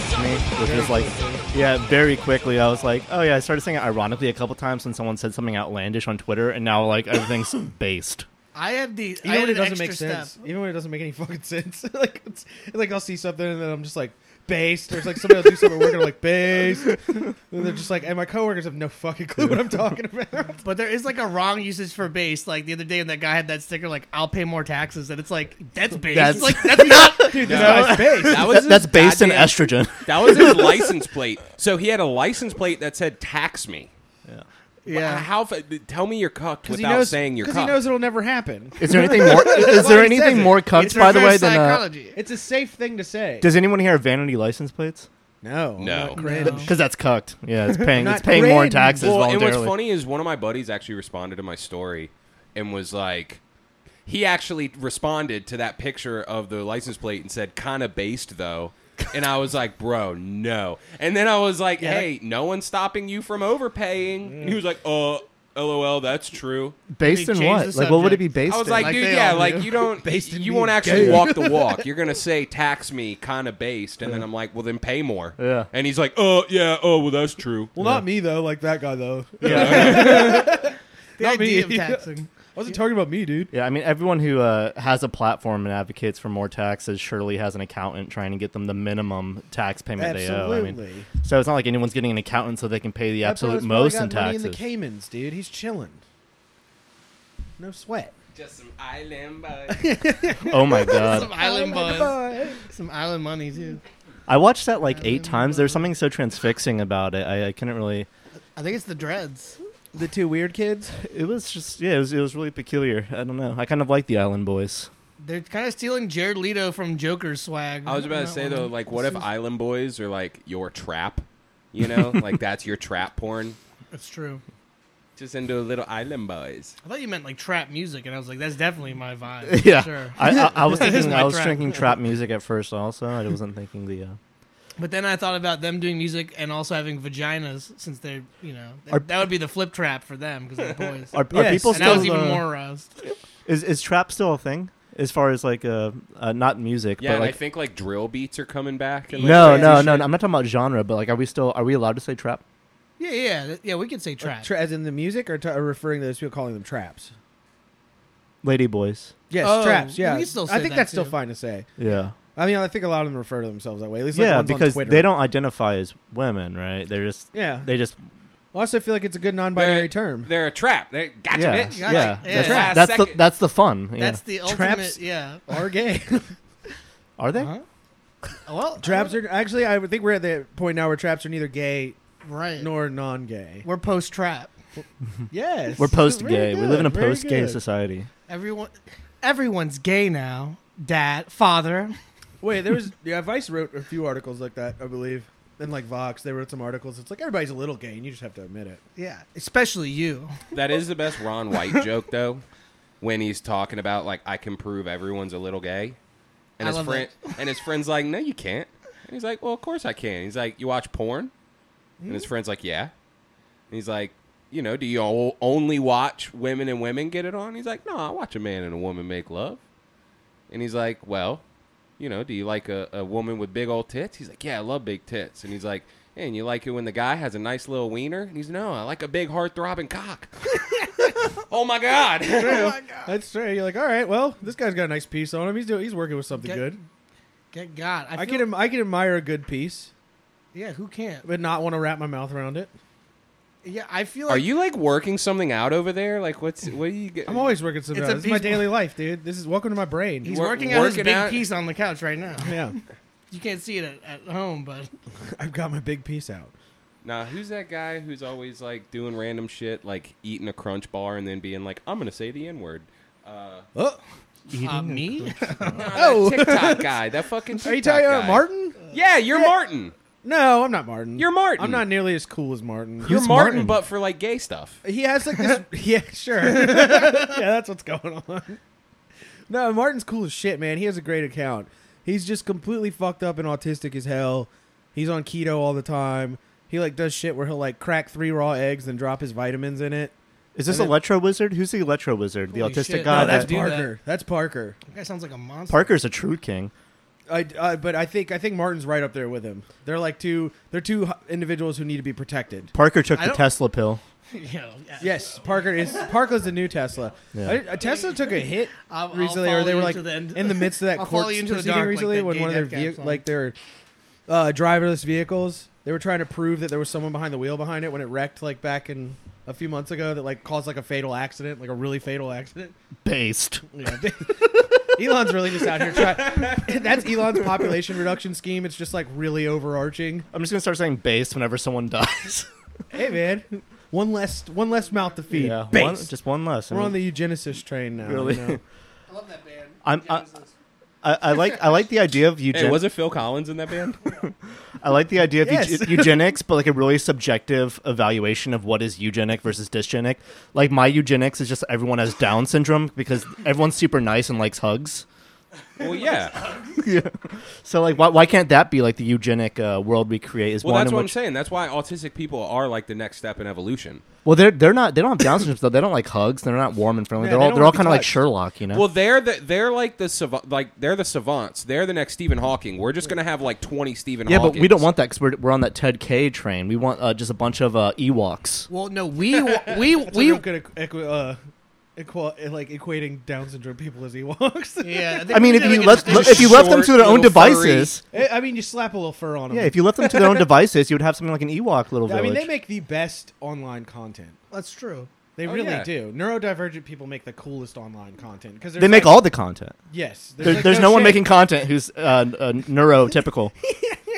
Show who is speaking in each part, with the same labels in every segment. Speaker 1: which is like, yeah, very quickly. I was like, oh yeah, I started saying it ironically a couple times when someone said something outlandish on Twitter, and now like everything's based.
Speaker 2: I have the I
Speaker 3: Even
Speaker 2: had
Speaker 3: when it
Speaker 2: an
Speaker 3: doesn't make
Speaker 2: extra
Speaker 3: sense.
Speaker 2: step.
Speaker 3: Even when it doesn't make any fucking sense. like it's, like I'll see something and then I'm just like based. There's like somebody will do something at work and I'm like based. and they're just like and my coworkers have no fucking clue what I'm talking about.
Speaker 2: But there is like a wrong usage for base. Like the other day when that guy had that sticker, like "I'll pay more taxes," and it's like that's base.
Speaker 1: That's-
Speaker 2: like that's not.
Speaker 3: Dude, this guy's based.
Speaker 4: That
Speaker 1: That,
Speaker 4: his
Speaker 1: that's based in
Speaker 4: goddamn-
Speaker 1: estrogen.
Speaker 4: That was his license plate. So he had a license plate that said "Tax me."
Speaker 2: Yeah.
Speaker 4: How? fa- Tell me you're cucked
Speaker 3: Because he
Speaker 4: without
Speaker 3: knows
Speaker 4: saying you're
Speaker 3: because he
Speaker 4: cucked.
Speaker 3: knows it'll never happen.
Speaker 1: Is there anything more? Is there
Speaker 3: why he says
Speaker 1: anything
Speaker 3: it.
Speaker 1: more cucked,
Speaker 2: It's
Speaker 1: by the way,
Speaker 2: reverse
Speaker 1: than uh,
Speaker 2: psychology.
Speaker 3: It's a safe thing to say.
Speaker 1: does anyone here have vanity license plates?
Speaker 3: no, I'm
Speaker 4: No.
Speaker 3: not great.
Speaker 2: No.
Speaker 1: Because that's cucked. Yeah, it's paying.
Speaker 3: Not
Speaker 1: it's paying more in
Speaker 3: great.
Speaker 1: taxes
Speaker 4: well, and
Speaker 1: voluntarily.
Speaker 4: what's funny is one of my buddies actually responded to my story and was like, he actually responded to that picture of the license plate and said, kind of based though. And I was like, bro, no. And then I was like, hey, no one's stopping you from overpaying. And he was like, uh, lol, that's true.
Speaker 1: Based
Speaker 2: They
Speaker 1: in
Speaker 2: changed
Speaker 1: what?
Speaker 2: the
Speaker 1: Like, what would it
Speaker 2: subject.
Speaker 1: be based?
Speaker 4: I was
Speaker 1: in?
Speaker 4: like,
Speaker 2: Like
Speaker 4: dude,
Speaker 2: they
Speaker 4: yeah,
Speaker 2: all
Speaker 4: like
Speaker 2: do.
Speaker 4: you don't,
Speaker 3: Based in
Speaker 4: you
Speaker 3: being
Speaker 4: won't actually
Speaker 3: gay.
Speaker 4: walk the walk. You're gonna say tax me, kind of based, and then I'm like, well, then pay more.
Speaker 1: Yeah.
Speaker 4: And he's like, oh yeah, oh well, that's true.
Speaker 3: Well, not me though. Like that guy though.
Speaker 2: The
Speaker 3: Not me.
Speaker 2: idea of taxing.
Speaker 3: I wasn't talking about me, dude.
Speaker 1: Yeah, I mean, everyone who uh, has a platform and advocates for more taxes surely has an accountant trying to get them the minimum tax payment they owe. I mean,
Speaker 3: Absolutely.
Speaker 1: so it's not like anyone's getting an accountant so they can pay the
Speaker 3: That
Speaker 1: absolute
Speaker 3: fellow's probably
Speaker 1: most in
Speaker 3: got money
Speaker 1: taxes.
Speaker 3: in the Caymans, dude. He's chilling. No sweat.
Speaker 4: Just some island boy.
Speaker 1: oh my god!
Speaker 2: Some island buzz.
Speaker 3: Uh,
Speaker 2: Some island money too.
Speaker 1: I watched that like eight times. There's something so transfixing about it. I, I couldn't really.
Speaker 2: I think it's the dreads.
Speaker 3: The two weird kids.
Speaker 1: It was just yeah. It was it was really peculiar. I don't know. I kind of like the Island Boys.
Speaker 2: They're kind of stealing Jared Leto from Joker's swag.
Speaker 4: I was about to
Speaker 2: Not
Speaker 4: say
Speaker 2: one
Speaker 4: though,
Speaker 2: of-
Speaker 4: like, what if island boys are like your trap? You know, like that's your trap porn.
Speaker 2: It's true.
Speaker 4: Just into a little island boys.
Speaker 2: I thought you meant like trap music, and I was like, that's definitely my vibe.
Speaker 1: yeah,
Speaker 2: Sure.
Speaker 1: I, I, I was thinking
Speaker 2: my
Speaker 1: I was
Speaker 2: trap.
Speaker 1: drinking trap music at first. Also, I wasn't thinking the. Uh,
Speaker 2: But then I thought about them doing music and also having vaginas, since they're you know th-
Speaker 1: Are-
Speaker 2: that would be the flip trap for them because they're boys.
Speaker 1: are, are
Speaker 3: Yes,
Speaker 1: people
Speaker 2: and I
Speaker 1: still?
Speaker 2: was even
Speaker 1: uh,
Speaker 2: more aroused.
Speaker 1: Is is trap still a thing? As far as like uh, uh not music,
Speaker 4: Yeah,
Speaker 1: but
Speaker 4: and
Speaker 1: like
Speaker 4: I think like drill beats are coming back. And, like,
Speaker 1: no,
Speaker 4: crazy
Speaker 1: no,
Speaker 4: shit.
Speaker 1: no, no. I'm not talking about genre, but like, are we still are we allowed to say trap?
Speaker 2: Yeah, yeah, th- yeah. We could say trap.
Speaker 3: Tra- as in the music, or, t- or referring to those people calling them traps?
Speaker 1: Lady boys.
Speaker 3: Yes,
Speaker 2: Oh,
Speaker 3: traps.
Speaker 2: we
Speaker 3: Yeah,
Speaker 2: can still
Speaker 3: I
Speaker 2: say
Speaker 3: think
Speaker 2: that,
Speaker 3: that's still
Speaker 2: too.
Speaker 3: fine to say.
Speaker 1: Yeah.
Speaker 3: I mean, I think a lot of them refer to themselves that way. At least, like,
Speaker 1: yeah,
Speaker 3: ones on
Speaker 1: because
Speaker 3: Twitter.
Speaker 1: they don't identify as women, right? They're just
Speaker 3: Yeah.
Speaker 1: they just
Speaker 3: I also feel like it's a good non-binary
Speaker 4: They're,
Speaker 3: term.
Speaker 4: they're a trap. They gotcha,
Speaker 1: yeah,
Speaker 4: bitch.
Speaker 1: yeah.
Speaker 2: Got it. Yeah.
Speaker 1: That's,
Speaker 4: Last
Speaker 1: that's the
Speaker 4: second.
Speaker 1: that's the fun. Yeah.
Speaker 2: That's the ultimate.
Speaker 3: Traps.
Speaker 2: Yeah.
Speaker 3: Are gay.
Speaker 1: are they?
Speaker 2: Huh? Well,
Speaker 3: traps are actually. I would think we're at the point now where traps are neither gay
Speaker 2: right.
Speaker 3: nor non-gay.
Speaker 2: We're post trap.
Speaker 3: Yes,
Speaker 1: We're post
Speaker 3: Very
Speaker 1: gay. We live in a
Speaker 3: good, very
Speaker 1: post gay
Speaker 3: good.
Speaker 1: society.
Speaker 2: Everyone, everyone's gay now. Dad, father.
Speaker 3: Wait, there was yeah. Vice wrote a few articles like that, I believe, and like Vox, they wrote some articles. It's like everybody's a little gay, and you just have to admit it.
Speaker 2: Yeah, especially you.
Speaker 4: That is the best Ron White joke though, when he's talking about like I can prove everyone's a little gay,
Speaker 2: I
Speaker 4: and his
Speaker 2: love
Speaker 4: friend and his friend's like, no, you can't. And he's like, well, of course I can. He's like, you watch porn, and
Speaker 2: Hmm?
Speaker 4: his friend's like, yeah. And he's like, you know, do you o- only watch women and women get it on? He's like, no, I watch a man and a woman make love. And he's like, well, you know, do you like a, a woman with big old tits? He's like, yeah, I love big tits. And he's like, "Hey, and you like it when the guy has a nice little wiener? And he's no, I like a big hard throbbing cock. oh my god!
Speaker 3: Oh That's true. You're like, all right, well, this guy's got a nice piece on him. He's doing, he's working with something
Speaker 2: Get-
Speaker 3: good.
Speaker 2: Good God, I,
Speaker 3: I
Speaker 2: feel,
Speaker 3: can, am- I can admire a good piece,
Speaker 2: Yeah, who can't?
Speaker 3: but not want to wrap my mouth around it.
Speaker 2: Yeah, I feel. Like,
Speaker 4: Are you like working something out over there? Like, what's what do you get?
Speaker 3: I'm always working something. It's
Speaker 2: It's a
Speaker 3: this is my
Speaker 2: piece-
Speaker 3: daily life, dude. This is welcome to my brain.
Speaker 2: He's
Speaker 4: wor-
Speaker 2: working out his
Speaker 4: working
Speaker 2: big
Speaker 4: out-
Speaker 2: piece on the couch right now.
Speaker 3: yeah,
Speaker 2: You can't see it at, at home, but
Speaker 3: I've got my big piece out.
Speaker 4: Nah, who's that guy who's always like doing random shit, like eating a crunch bar and then being like, "I'm gonna say the n word." Uh,
Speaker 3: Oh,
Speaker 2: uh, me.
Speaker 4: nah,
Speaker 3: Oh.
Speaker 4: that TikTok guy, that fucking. TikTok
Speaker 3: are you talking about
Speaker 4: guy.
Speaker 3: Martin?
Speaker 4: Yeah, you're Martin.
Speaker 3: No, I'm not Martin.
Speaker 4: You're Martin.
Speaker 3: I'm not nearly as cool as Martin.
Speaker 4: You're
Speaker 1: Who's
Speaker 4: Martin,
Speaker 1: Martin?
Speaker 4: but for like gay stuff.
Speaker 3: He has like this. yeah, sure. yeah, that's what's going on. No, Martin's cool as shit, man. He has a great account. He's just completely fucked up and autistic as hell. He's on keto all the time. He like does shit where he'll like crack three raw eggs and drop his vitamins in it.
Speaker 1: Is this
Speaker 3: And then-
Speaker 1: Electro Wizard? Who's the Electro Wizard? The
Speaker 2: Holy
Speaker 1: autistic
Speaker 2: shit.
Speaker 1: guy.
Speaker 2: No,
Speaker 1: that-
Speaker 2: that's do that.
Speaker 3: Parker. That's Parker.
Speaker 2: That guy sounds like a monster.
Speaker 1: Parker's a true king.
Speaker 3: I, I, but I think I think Martin's right up there with him. They're like two. They're two h- individuals who need to be protected.
Speaker 1: Parker took
Speaker 2: I
Speaker 1: the
Speaker 2: don't-
Speaker 1: Tesla pill.
Speaker 2: You know, yeah.
Speaker 3: Yes, Parker is Parker's the new Tesla.
Speaker 1: Yeah.
Speaker 3: I- uh, Tesla took a hit
Speaker 2: I'll- I'll
Speaker 3: recently, or
Speaker 2: follow
Speaker 3: they were
Speaker 2: you
Speaker 3: like
Speaker 2: to the end.
Speaker 3: in the midst of that
Speaker 2: I'll
Speaker 3: court
Speaker 2: follow you into the
Speaker 3: proceeding
Speaker 2: dark like
Speaker 3: recently
Speaker 2: that
Speaker 3: when
Speaker 2: gay
Speaker 3: one of their
Speaker 2: death cab
Speaker 3: vehi-
Speaker 2: song.
Speaker 3: like their uh, driverless vehicles, they were trying to prove that there was someone behind the wheel behind it when it wrecked, like back in a few months ago, that like caused like a fatal accident, like a really fatal accident.
Speaker 1: Based.
Speaker 3: Yeah. Elon's really just out here trying. That's Elon's population reduction scheme. It's just like really overarching.
Speaker 1: I'm just gonna start saying based whenever someone dies.
Speaker 3: Hey man, one less one less mouth to feed.
Speaker 1: yeah, one,
Speaker 3: Based.
Speaker 1: just one less. I
Speaker 3: We're on
Speaker 1: mean,
Speaker 3: the eugenicist train now.
Speaker 1: really.
Speaker 3: you know.
Speaker 2: I love that band.
Speaker 1: I'm- I-
Speaker 2: Genesis.
Speaker 1: I, I like I like the idea of
Speaker 4: Hey,
Speaker 1: eugenics.
Speaker 4: was it Phil Collins in that band?
Speaker 1: I like the idea of
Speaker 3: Yes.
Speaker 1: eug- eugenics, but like a really subjective evaluation of what is eugenic versus dysgenic. Like my eugenics is just everyone has Down syndrome because everyone's super nice and likes hugs.
Speaker 4: well, yeah.
Speaker 1: So like, why, why can't that be like the eugenic uh, world we create? Is
Speaker 4: Well,
Speaker 1: one
Speaker 4: that's
Speaker 1: in
Speaker 4: what I'm
Speaker 1: which
Speaker 4: saying. That's why autistic people are like the next step in evolution.
Speaker 1: well they're they're not they don't have Down syndrome though they don't like hugs they're not warm and friendly
Speaker 3: Yeah,
Speaker 1: they're
Speaker 3: they
Speaker 1: all
Speaker 3: don't
Speaker 1: they're all
Speaker 3: wanna be
Speaker 1: kind of like
Speaker 3: touched.
Speaker 1: Sherlock you know
Speaker 4: Well, they're the they're like the sav- like they're the savants. They're the next Stephen Hawking. We're just gonna have like twenty Stephen.
Speaker 1: yeah but we don't
Speaker 4: Hawkings.
Speaker 1: want that because we're we're on that Ted K train we want uh, just a bunch of uh, Ewoks
Speaker 2: Well, no, we we
Speaker 3: That's we
Speaker 2: we.
Speaker 3: real good equ- equ- uh, equa- like equating Down syndrome people as Ewoks.
Speaker 2: Yeah, think
Speaker 1: I mean
Speaker 2: we
Speaker 1: if
Speaker 2: did
Speaker 1: you
Speaker 2: like a
Speaker 1: left
Speaker 2: distinction.
Speaker 1: if you left them
Speaker 4: short,
Speaker 1: to their own
Speaker 4: little furry-
Speaker 1: devices
Speaker 3: I I mean, you slap a little fur on them.
Speaker 1: yeah if you left them to their own devices you would have something like an Ewok little
Speaker 3: I
Speaker 1: village
Speaker 3: mean, they make the best online content.
Speaker 2: That's true.
Speaker 3: They
Speaker 4: Oh,
Speaker 3: really
Speaker 4: yeah.
Speaker 3: do. Neurodivergent people make the coolest online content because
Speaker 1: they make all the content.
Speaker 3: Yes,
Speaker 1: There's,
Speaker 3: like,
Speaker 1: there's no, one
Speaker 3: shame.
Speaker 1: making content who's uh, uh, neurotypical,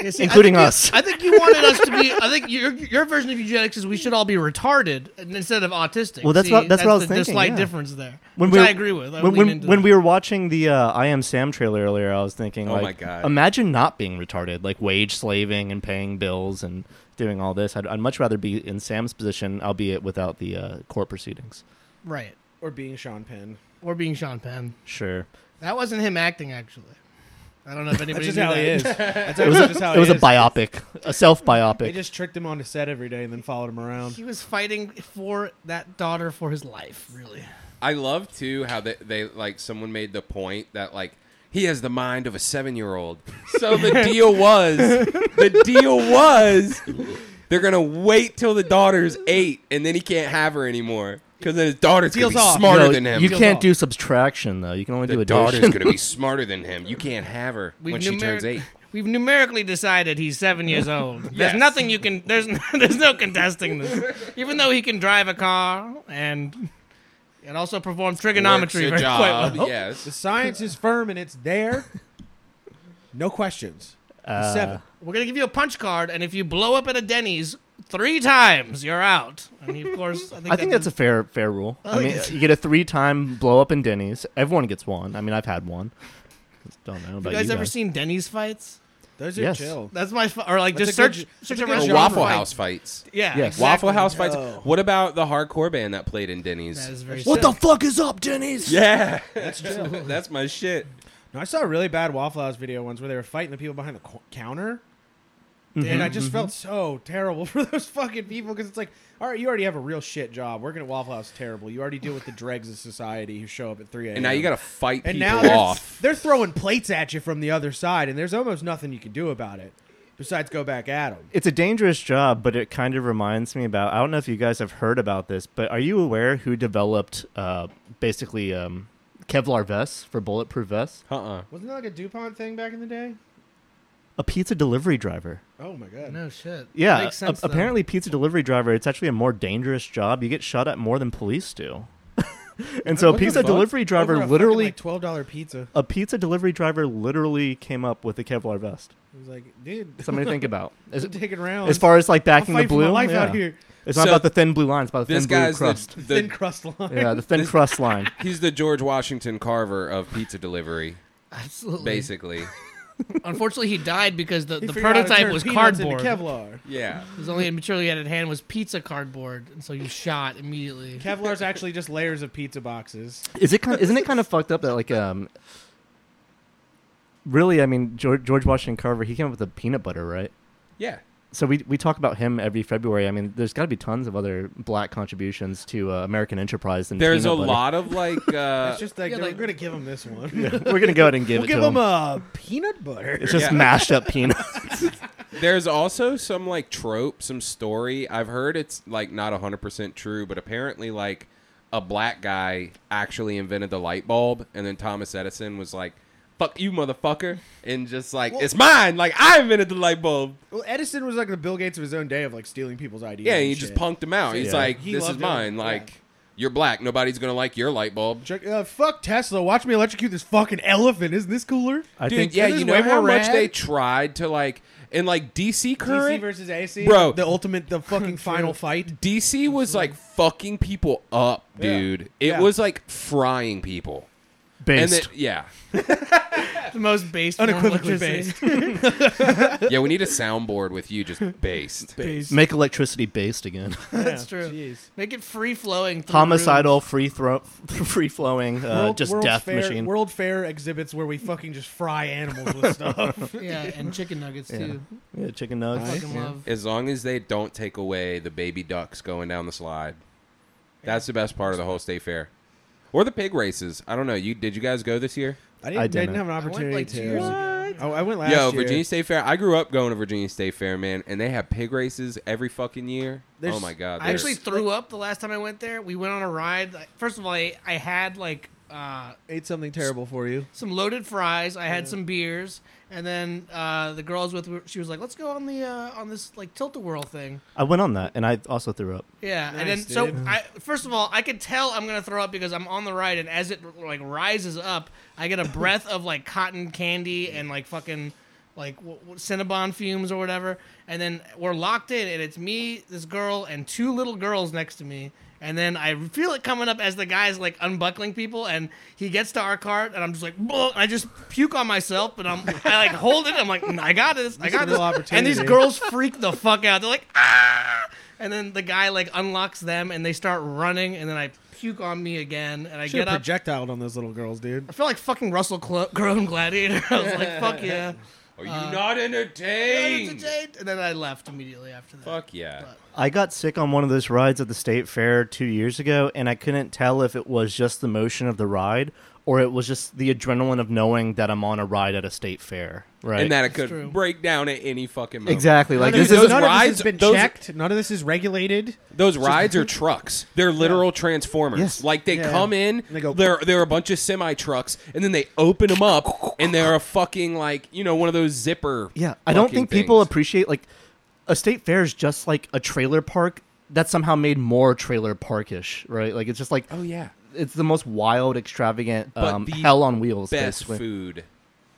Speaker 2: Yeah, see, I
Speaker 1: including
Speaker 2: think you-
Speaker 1: us.
Speaker 2: I think you wanted us to be. I think your your version of eugenics is we should all be retarded and- instead of autistic.
Speaker 1: Well, that's
Speaker 2: See,
Speaker 1: what- that's what I was
Speaker 2: the, The
Speaker 1: thinking,
Speaker 2: slight
Speaker 1: yeah.
Speaker 2: difference there,
Speaker 1: When
Speaker 2: which
Speaker 1: we-
Speaker 2: I agree with. I
Speaker 1: when
Speaker 2: lean
Speaker 1: when,
Speaker 2: into
Speaker 1: when
Speaker 2: that.
Speaker 1: we were watching the uh, I Am Sam trailer earlier, I was thinking,
Speaker 4: Oh
Speaker 1: like,
Speaker 4: my God.
Speaker 1: imagine not being retarded, like wage slaving and paying bills and doing all this. I'd, I'd much rather be in Sam's position, albeit without the uh, court proceedings.
Speaker 2: right
Speaker 3: or being Sean Penn.
Speaker 2: or being Sean Penn.
Speaker 1: Sure,
Speaker 2: That wasn't him acting actually. I don't know if anybody.
Speaker 3: That's just
Speaker 2: knew
Speaker 3: how
Speaker 2: that.
Speaker 3: he is. That's
Speaker 1: it was a,
Speaker 3: just how
Speaker 1: it was
Speaker 3: he
Speaker 1: a
Speaker 3: is.
Speaker 1: biopic, a self
Speaker 3: They
Speaker 1: biopic.
Speaker 3: just tricked him onto set every day and then followed him around.
Speaker 2: He was fighting for that daughter for his life. Really,
Speaker 4: I love too how they, they like someone made the point that like he has the mind of a seven year old. So the deal was the deal was they're gonna wait till the daughter's eight and then he can't have her anymore because then his daughter's gonna
Speaker 3: Deal's
Speaker 4: be
Speaker 3: off.
Speaker 4: smarter
Speaker 1: No,
Speaker 4: than him.
Speaker 1: You
Speaker 3: Feels
Speaker 1: can't
Speaker 3: off.
Speaker 1: do subtraction though. You can only do
Speaker 4: the daughter's
Speaker 1: addition.
Speaker 4: gonna be smarter than him. You can't have her when she turns
Speaker 2: numeric-
Speaker 4: eight.
Speaker 2: We've numerically decided he's seven years old.
Speaker 4: Yes.
Speaker 2: There's nothing you can. There's there's no contesting this. Even though he can drive a car and and also perform trigonometry
Speaker 4: Works
Speaker 2: very
Speaker 4: a
Speaker 2: quite
Speaker 4: job.
Speaker 2: well.
Speaker 3: The
Speaker 4: Yes.
Speaker 3: science is firm and it's there. No questions.
Speaker 1: Uh,
Speaker 3: Seven.
Speaker 2: We're gonna give you a punch card, and if you blow up at a Denny's three times, you're out. And he, of course, I think,
Speaker 1: I think that's a fair fair rule. I mean,
Speaker 2: yes.
Speaker 1: you get a three time blow up in Denny's. Everyone gets one. I mean, I've had one. Don't know about
Speaker 2: You guys ever seen Denny's fights?
Speaker 3: Those are
Speaker 1: yes.
Speaker 3: chill.
Speaker 2: That's my fu- or like
Speaker 3: That's
Speaker 2: just
Speaker 3: a good
Speaker 2: search
Speaker 3: j- that's
Speaker 2: search
Speaker 3: a
Speaker 2: a
Speaker 3: good
Speaker 2: restaurant.
Speaker 3: genre
Speaker 4: Waffle
Speaker 3: fight.
Speaker 4: House fights.
Speaker 2: Yeah.
Speaker 1: Yes.
Speaker 2: exactly.
Speaker 4: Waffle House fights.
Speaker 3: No.
Speaker 4: What about the hardcore band that played in Denny's?
Speaker 2: That is very
Speaker 1: What
Speaker 2: sick.
Speaker 1: the fuck is up, Denny's?
Speaker 4: yeah, that's that's my shit.
Speaker 3: No, I saw a really bad Waffle House video once where they were fighting the people behind the co- counter.
Speaker 1: Mm-hmm.
Speaker 3: And I just felt so terrible for those fucking people because it's like, all right, you already have a real shit job. Working at Waffle House is terrible. You already deal with the dregs of society who show up at 3 a.m.
Speaker 4: And now you got to fight
Speaker 3: and
Speaker 4: people
Speaker 3: now they're,
Speaker 4: off.
Speaker 3: they're throwing plates at you from the other side, and there's almost nothing you can do about it besides go back at them.
Speaker 1: It's a dangerous job, but it kind of reminds me about. I don't know if you guys have heard about this, but are you aware who developed uh, basically um, Kevlar vests for bulletproof vests?
Speaker 4: Uh uh
Speaker 3: Wasn't that like a DuPont thing back in the day?
Speaker 1: A pizza delivery driver.
Speaker 3: Oh my god.
Speaker 2: No shit.
Speaker 1: Yeah,
Speaker 2: Makes sense,
Speaker 1: a-
Speaker 2: though.
Speaker 1: apparently pizza delivery driver. It's actually a more dangerous job. You get shot at more than police do. and so, a
Speaker 4: What the
Speaker 1: pizza
Speaker 4: fuck?
Speaker 1: delivery
Speaker 3: Over a
Speaker 1: driver
Speaker 3: fucking,
Speaker 1: literally
Speaker 3: like twelve dollar pizza.
Speaker 1: a pizza delivery driver literally came up with a Kevlar vest.
Speaker 3: It was like, dude,
Speaker 1: Something to think about. As,
Speaker 3: take it around.
Speaker 1: as far as like
Speaker 3: I'll
Speaker 1: backing the
Speaker 3: fight for my
Speaker 1: blue,
Speaker 3: life
Speaker 1: yeah.
Speaker 3: out here.
Speaker 1: it's not
Speaker 4: So-
Speaker 1: about the thin blue line. It's about the
Speaker 4: This
Speaker 1: thin blue
Speaker 4: guy's
Speaker 1: crust.
Speaker 4: the,
Speaker 3: Thin
Speaker 4: the
Speaker 3: crust line.
Speaker 1: yeah, the thin crust line.
Speaker 4: he's the George Washington Carver of pizza delivery,
Speaker 2: Absolutely.
Speaker 4: basically.
Speaker 2: Unfortunately, he died because the,
Speaker 3: He
Speaker 2: the
Speaker 3: figured out how to
Speaker 2: prototype
Speaker 3: turn
Speaker 2: was
Speaker 3: peanuts into
Speaker 2: cardboard.
Speaker 3: Kevlar.
Speaker 4: yeah,
Speaker 2: It was only material he had at hand was pizza cardboard, and so you shot immediately.
Speaker 3: Kevlar's actually just layers of pizza boxes.
Speaker 1: Is it kind? Isn't it kind of fucked up that like um. Really, I mean George, George Washington Carver. He came up with the peanut butter, right?
Speaker 4: yeah.
Speaker 1: so we we talk about him every February. I mean, there's got to be tons of other black contributions to uh, American enterprise. And
Speaker 4: There's a
Speaker 1: peanut butter.
Speaker 4: lot of like uh,
Speaker 3: It's just like,
Speaker 2: yeah,
Speaker 3: they're-
Speaker 2: like-
Speaker 3: we're gonna give him this one.
Speaker 1: We're gonna go ahead and give
Speaker 3: we'll
Speaker 1: it
Speaker 3: give
Speaker 1: to him.
Speaker 3: him a peanut butter.
Speaker 1: it's just
Speaker 4: Yeah.
Speaker 1: mashed up peanuts.
Speaker 4: There's also some like trope, some story. I've heard it's like not 100% true, but apparently, like, a black guy actually invented the light bulb, and then Thomas Edison was like, fuck you, motherfucker. And just like, it's mine. Like, I invented the light bulb.
Speaker 3: Well, Edison was like the Bill Gates of his own day of like stealing people's ideas.
Speaker 4: Yeah,
Speaker 3: and
Speaker 4: and you
Speaker 3: shit.
Speaker 4: just punked him out. He's
Speaker 1: Yeah.
Speaker 4: like,
Speaker 3: He
Speaker 4: this is
Speaker 3: loved it.
Speaker 4: mine.
Speaker 3: Yeah.
Speaker 4: Like, you're black. Nobody's going to like your light bulb.
Speaker 3: Check, uh, fuck Tesla. Watch me electrocute this fucking elephant. Isn't this cooler?
Speaker 1: I
Speaker 4: Dude,
Speaker 1: think
Speaker 4: yeah,
Speaker 3: this
Speaker 4: you
Speaker 3: is
Speaker 4: know
Speaker 3: way
Speaker 4: how
Speaker 3: more
Speaker 4: much
Speaker 3: rad.
Speaker 4: they tried to, like, in like DC
Speaker 3: DC
Speaker 4: current?
Speaker 3: versus AC,
Speaker 4: Bro.
Speaker 3: The ultimate, the fucking final fight.
Speaker 4: DC was like fucking people up,
Speaker 3: Yeah.
Speaker 4: dude. It
Speaker 3: Yeah.
Speaker 4: was like frying people. And then,
Speaker 1: based.
Speaker 4: yeah.
Speaker 2: The most based,
Speaker 3: Unequivocally
Speaker 2: unequivocally
Speaker 3: based.
Speaker 2: based.
Speaker 4: Yeah, we need a soundboard with you just based.
Speaker 2: based.
Speaker 1: Make electricity based again.
Speaker 2: That's true.
Speaker 3: Jeez.
Speaker 2: Make it free flowing.
Speaker 1: Homicidal, free throw, free flowing, uh,
Speaker 3: World-
Speaker 1: just
Speaker 3: World's
Speaker 1: death
Speaker 3: Fair,
Speaker 1: machine.
Speaker 3: World Fair exhibits where we fucking just fry animals with stuff.
Speaker 2: Yeah, and chicken nuggets too.
Speaker 1: Yeah, chicken nuggets.
Speaker 2: Fucking love.
Speaker 4: As long as they don't take away the baby ducks going down the slide. That's the best part of the whole state fair. Or the pig races. I don't know. You did you guys go this year?
Speaker 3: I didn't,
Speaker 1: I
Speaker 3: I
Speaker 1: didn't.
Speaker 3: didn't have an
Speaker 2: went,
Speaker 3: opportunity
Speaker 2: like, two
Speaker 3: to.
Speaker 2: years
Speaker 3: I, I went last
Speaker 4: Yo,
Speaker 3: year.
Speaker 4: Virginia State Fair. I grew up going to Virginia State Fair, man, and they have pig races every fucking year.
Speaker 3: There's-
Speaker 4: oh my god.
Speaker 2: I actually
Speaker 4: there's-
Speaker 2: threw up the last time I went there. We went on a ride. Like, First of all, I, I had like uh,
Speaker 3: ate something terrible for you.
Speaker 2: some loaded fries. I had some beers, and then uh, the girls with she was like, "Let's go on the uh, on this like tilt a whirl thing."
Speaker 1: I went on that, and I also threw up.
Speaker 2: Yeah, and
Speaker 3: Nice,
Speaker 2: then so
Speaker 3: dude.
Speaker 2: I first of all, I could tell I'm gonna throw up because I'm on the ride, and as it like rises up, I get a breath of like cotton candy and like fucking like w- w- Cinnabon fumes or whatever. And then we're locked in, and it's me, this girl, and two little girls next to me. And then I feel it coming up as the guy's like unbuckling people, and he gets to our cart, and I'm just like, "Bleh," and I just puke on myself, but I'm I like hold it, I'm like, "Mm, I got this, I
Speaker 3: This is a
Speaker 2: got
Speaker 3: real
Speaker 2: this, and these
Speaker 3: opportunity.
Speaker 2: girls freak the fuck out. They're like, ah, and then the guy like unlocks them, and they start running, and then I puke on me again, and I
Speaker 3: Should
Speaker 2: get
Speaker 3: have
Speaker 2: up.
Speaker 3: projectiled on those little girls, dude.
Speaker 2: I felt like fucking Russell Clo- Crowe in Gladiator. I was like, fuck yeah.
Speaker 4: Are you
Speaker 3: uh,
Speaker 4: not entertained?
Speaker 2: And then I left immediately after that.
Speaker 4: Fuck yeah.
Speaker 1: I got sick on one of those rides at the state fair two years ago, and I couldn't tell if it was just the motion of the ride or it was just the adrenaline of knowing that I'm on a ride at a state fair. Right.
Speaker 4: And that it could
Speaker 2: true.
Speaker 4: break down at any fucking moment.
Speaker 1: exactly like
Speaker 4: None of
Speaker 1: this
Speaker 4: it
Speaker 1: is
Speaker 4: those
Speaker 3: none of this
Speaker 4: rides-
Speaker 3: has been
Speaker 4: those-
Speaker 3: checked. None of this is regulated.
Speaker 4: Those rides are trucks. They're literal transformers.
Speaker 1: Yes.
Speaker 4: Like they
Speaker 3: Yeah.
Speaker 4: come in,
Speaker 3: And they go-
Speaker 4: they're they're a bunch of semi trucks, and then they open them up, and they're a fucking like you know one of those zipper.
Speaker 1: Yeah, I don't
Speaker 4: fucking
Speaker 1: think people
Speaker 4: things.
Speaker 1: appreciate like a state fair is just like a trailer park that's somehow made more trailer parkish, right? Like it's just like
Speaker 4: oh yeah,
Speaker 1: it's the most wild, extravagant
Speaker 4: But
Speaker 1: um,
Speaker 4: the
Speaker 1: hell on wheels.
Speaker 4: best
Speaker 1: basically.
Speaker 4: food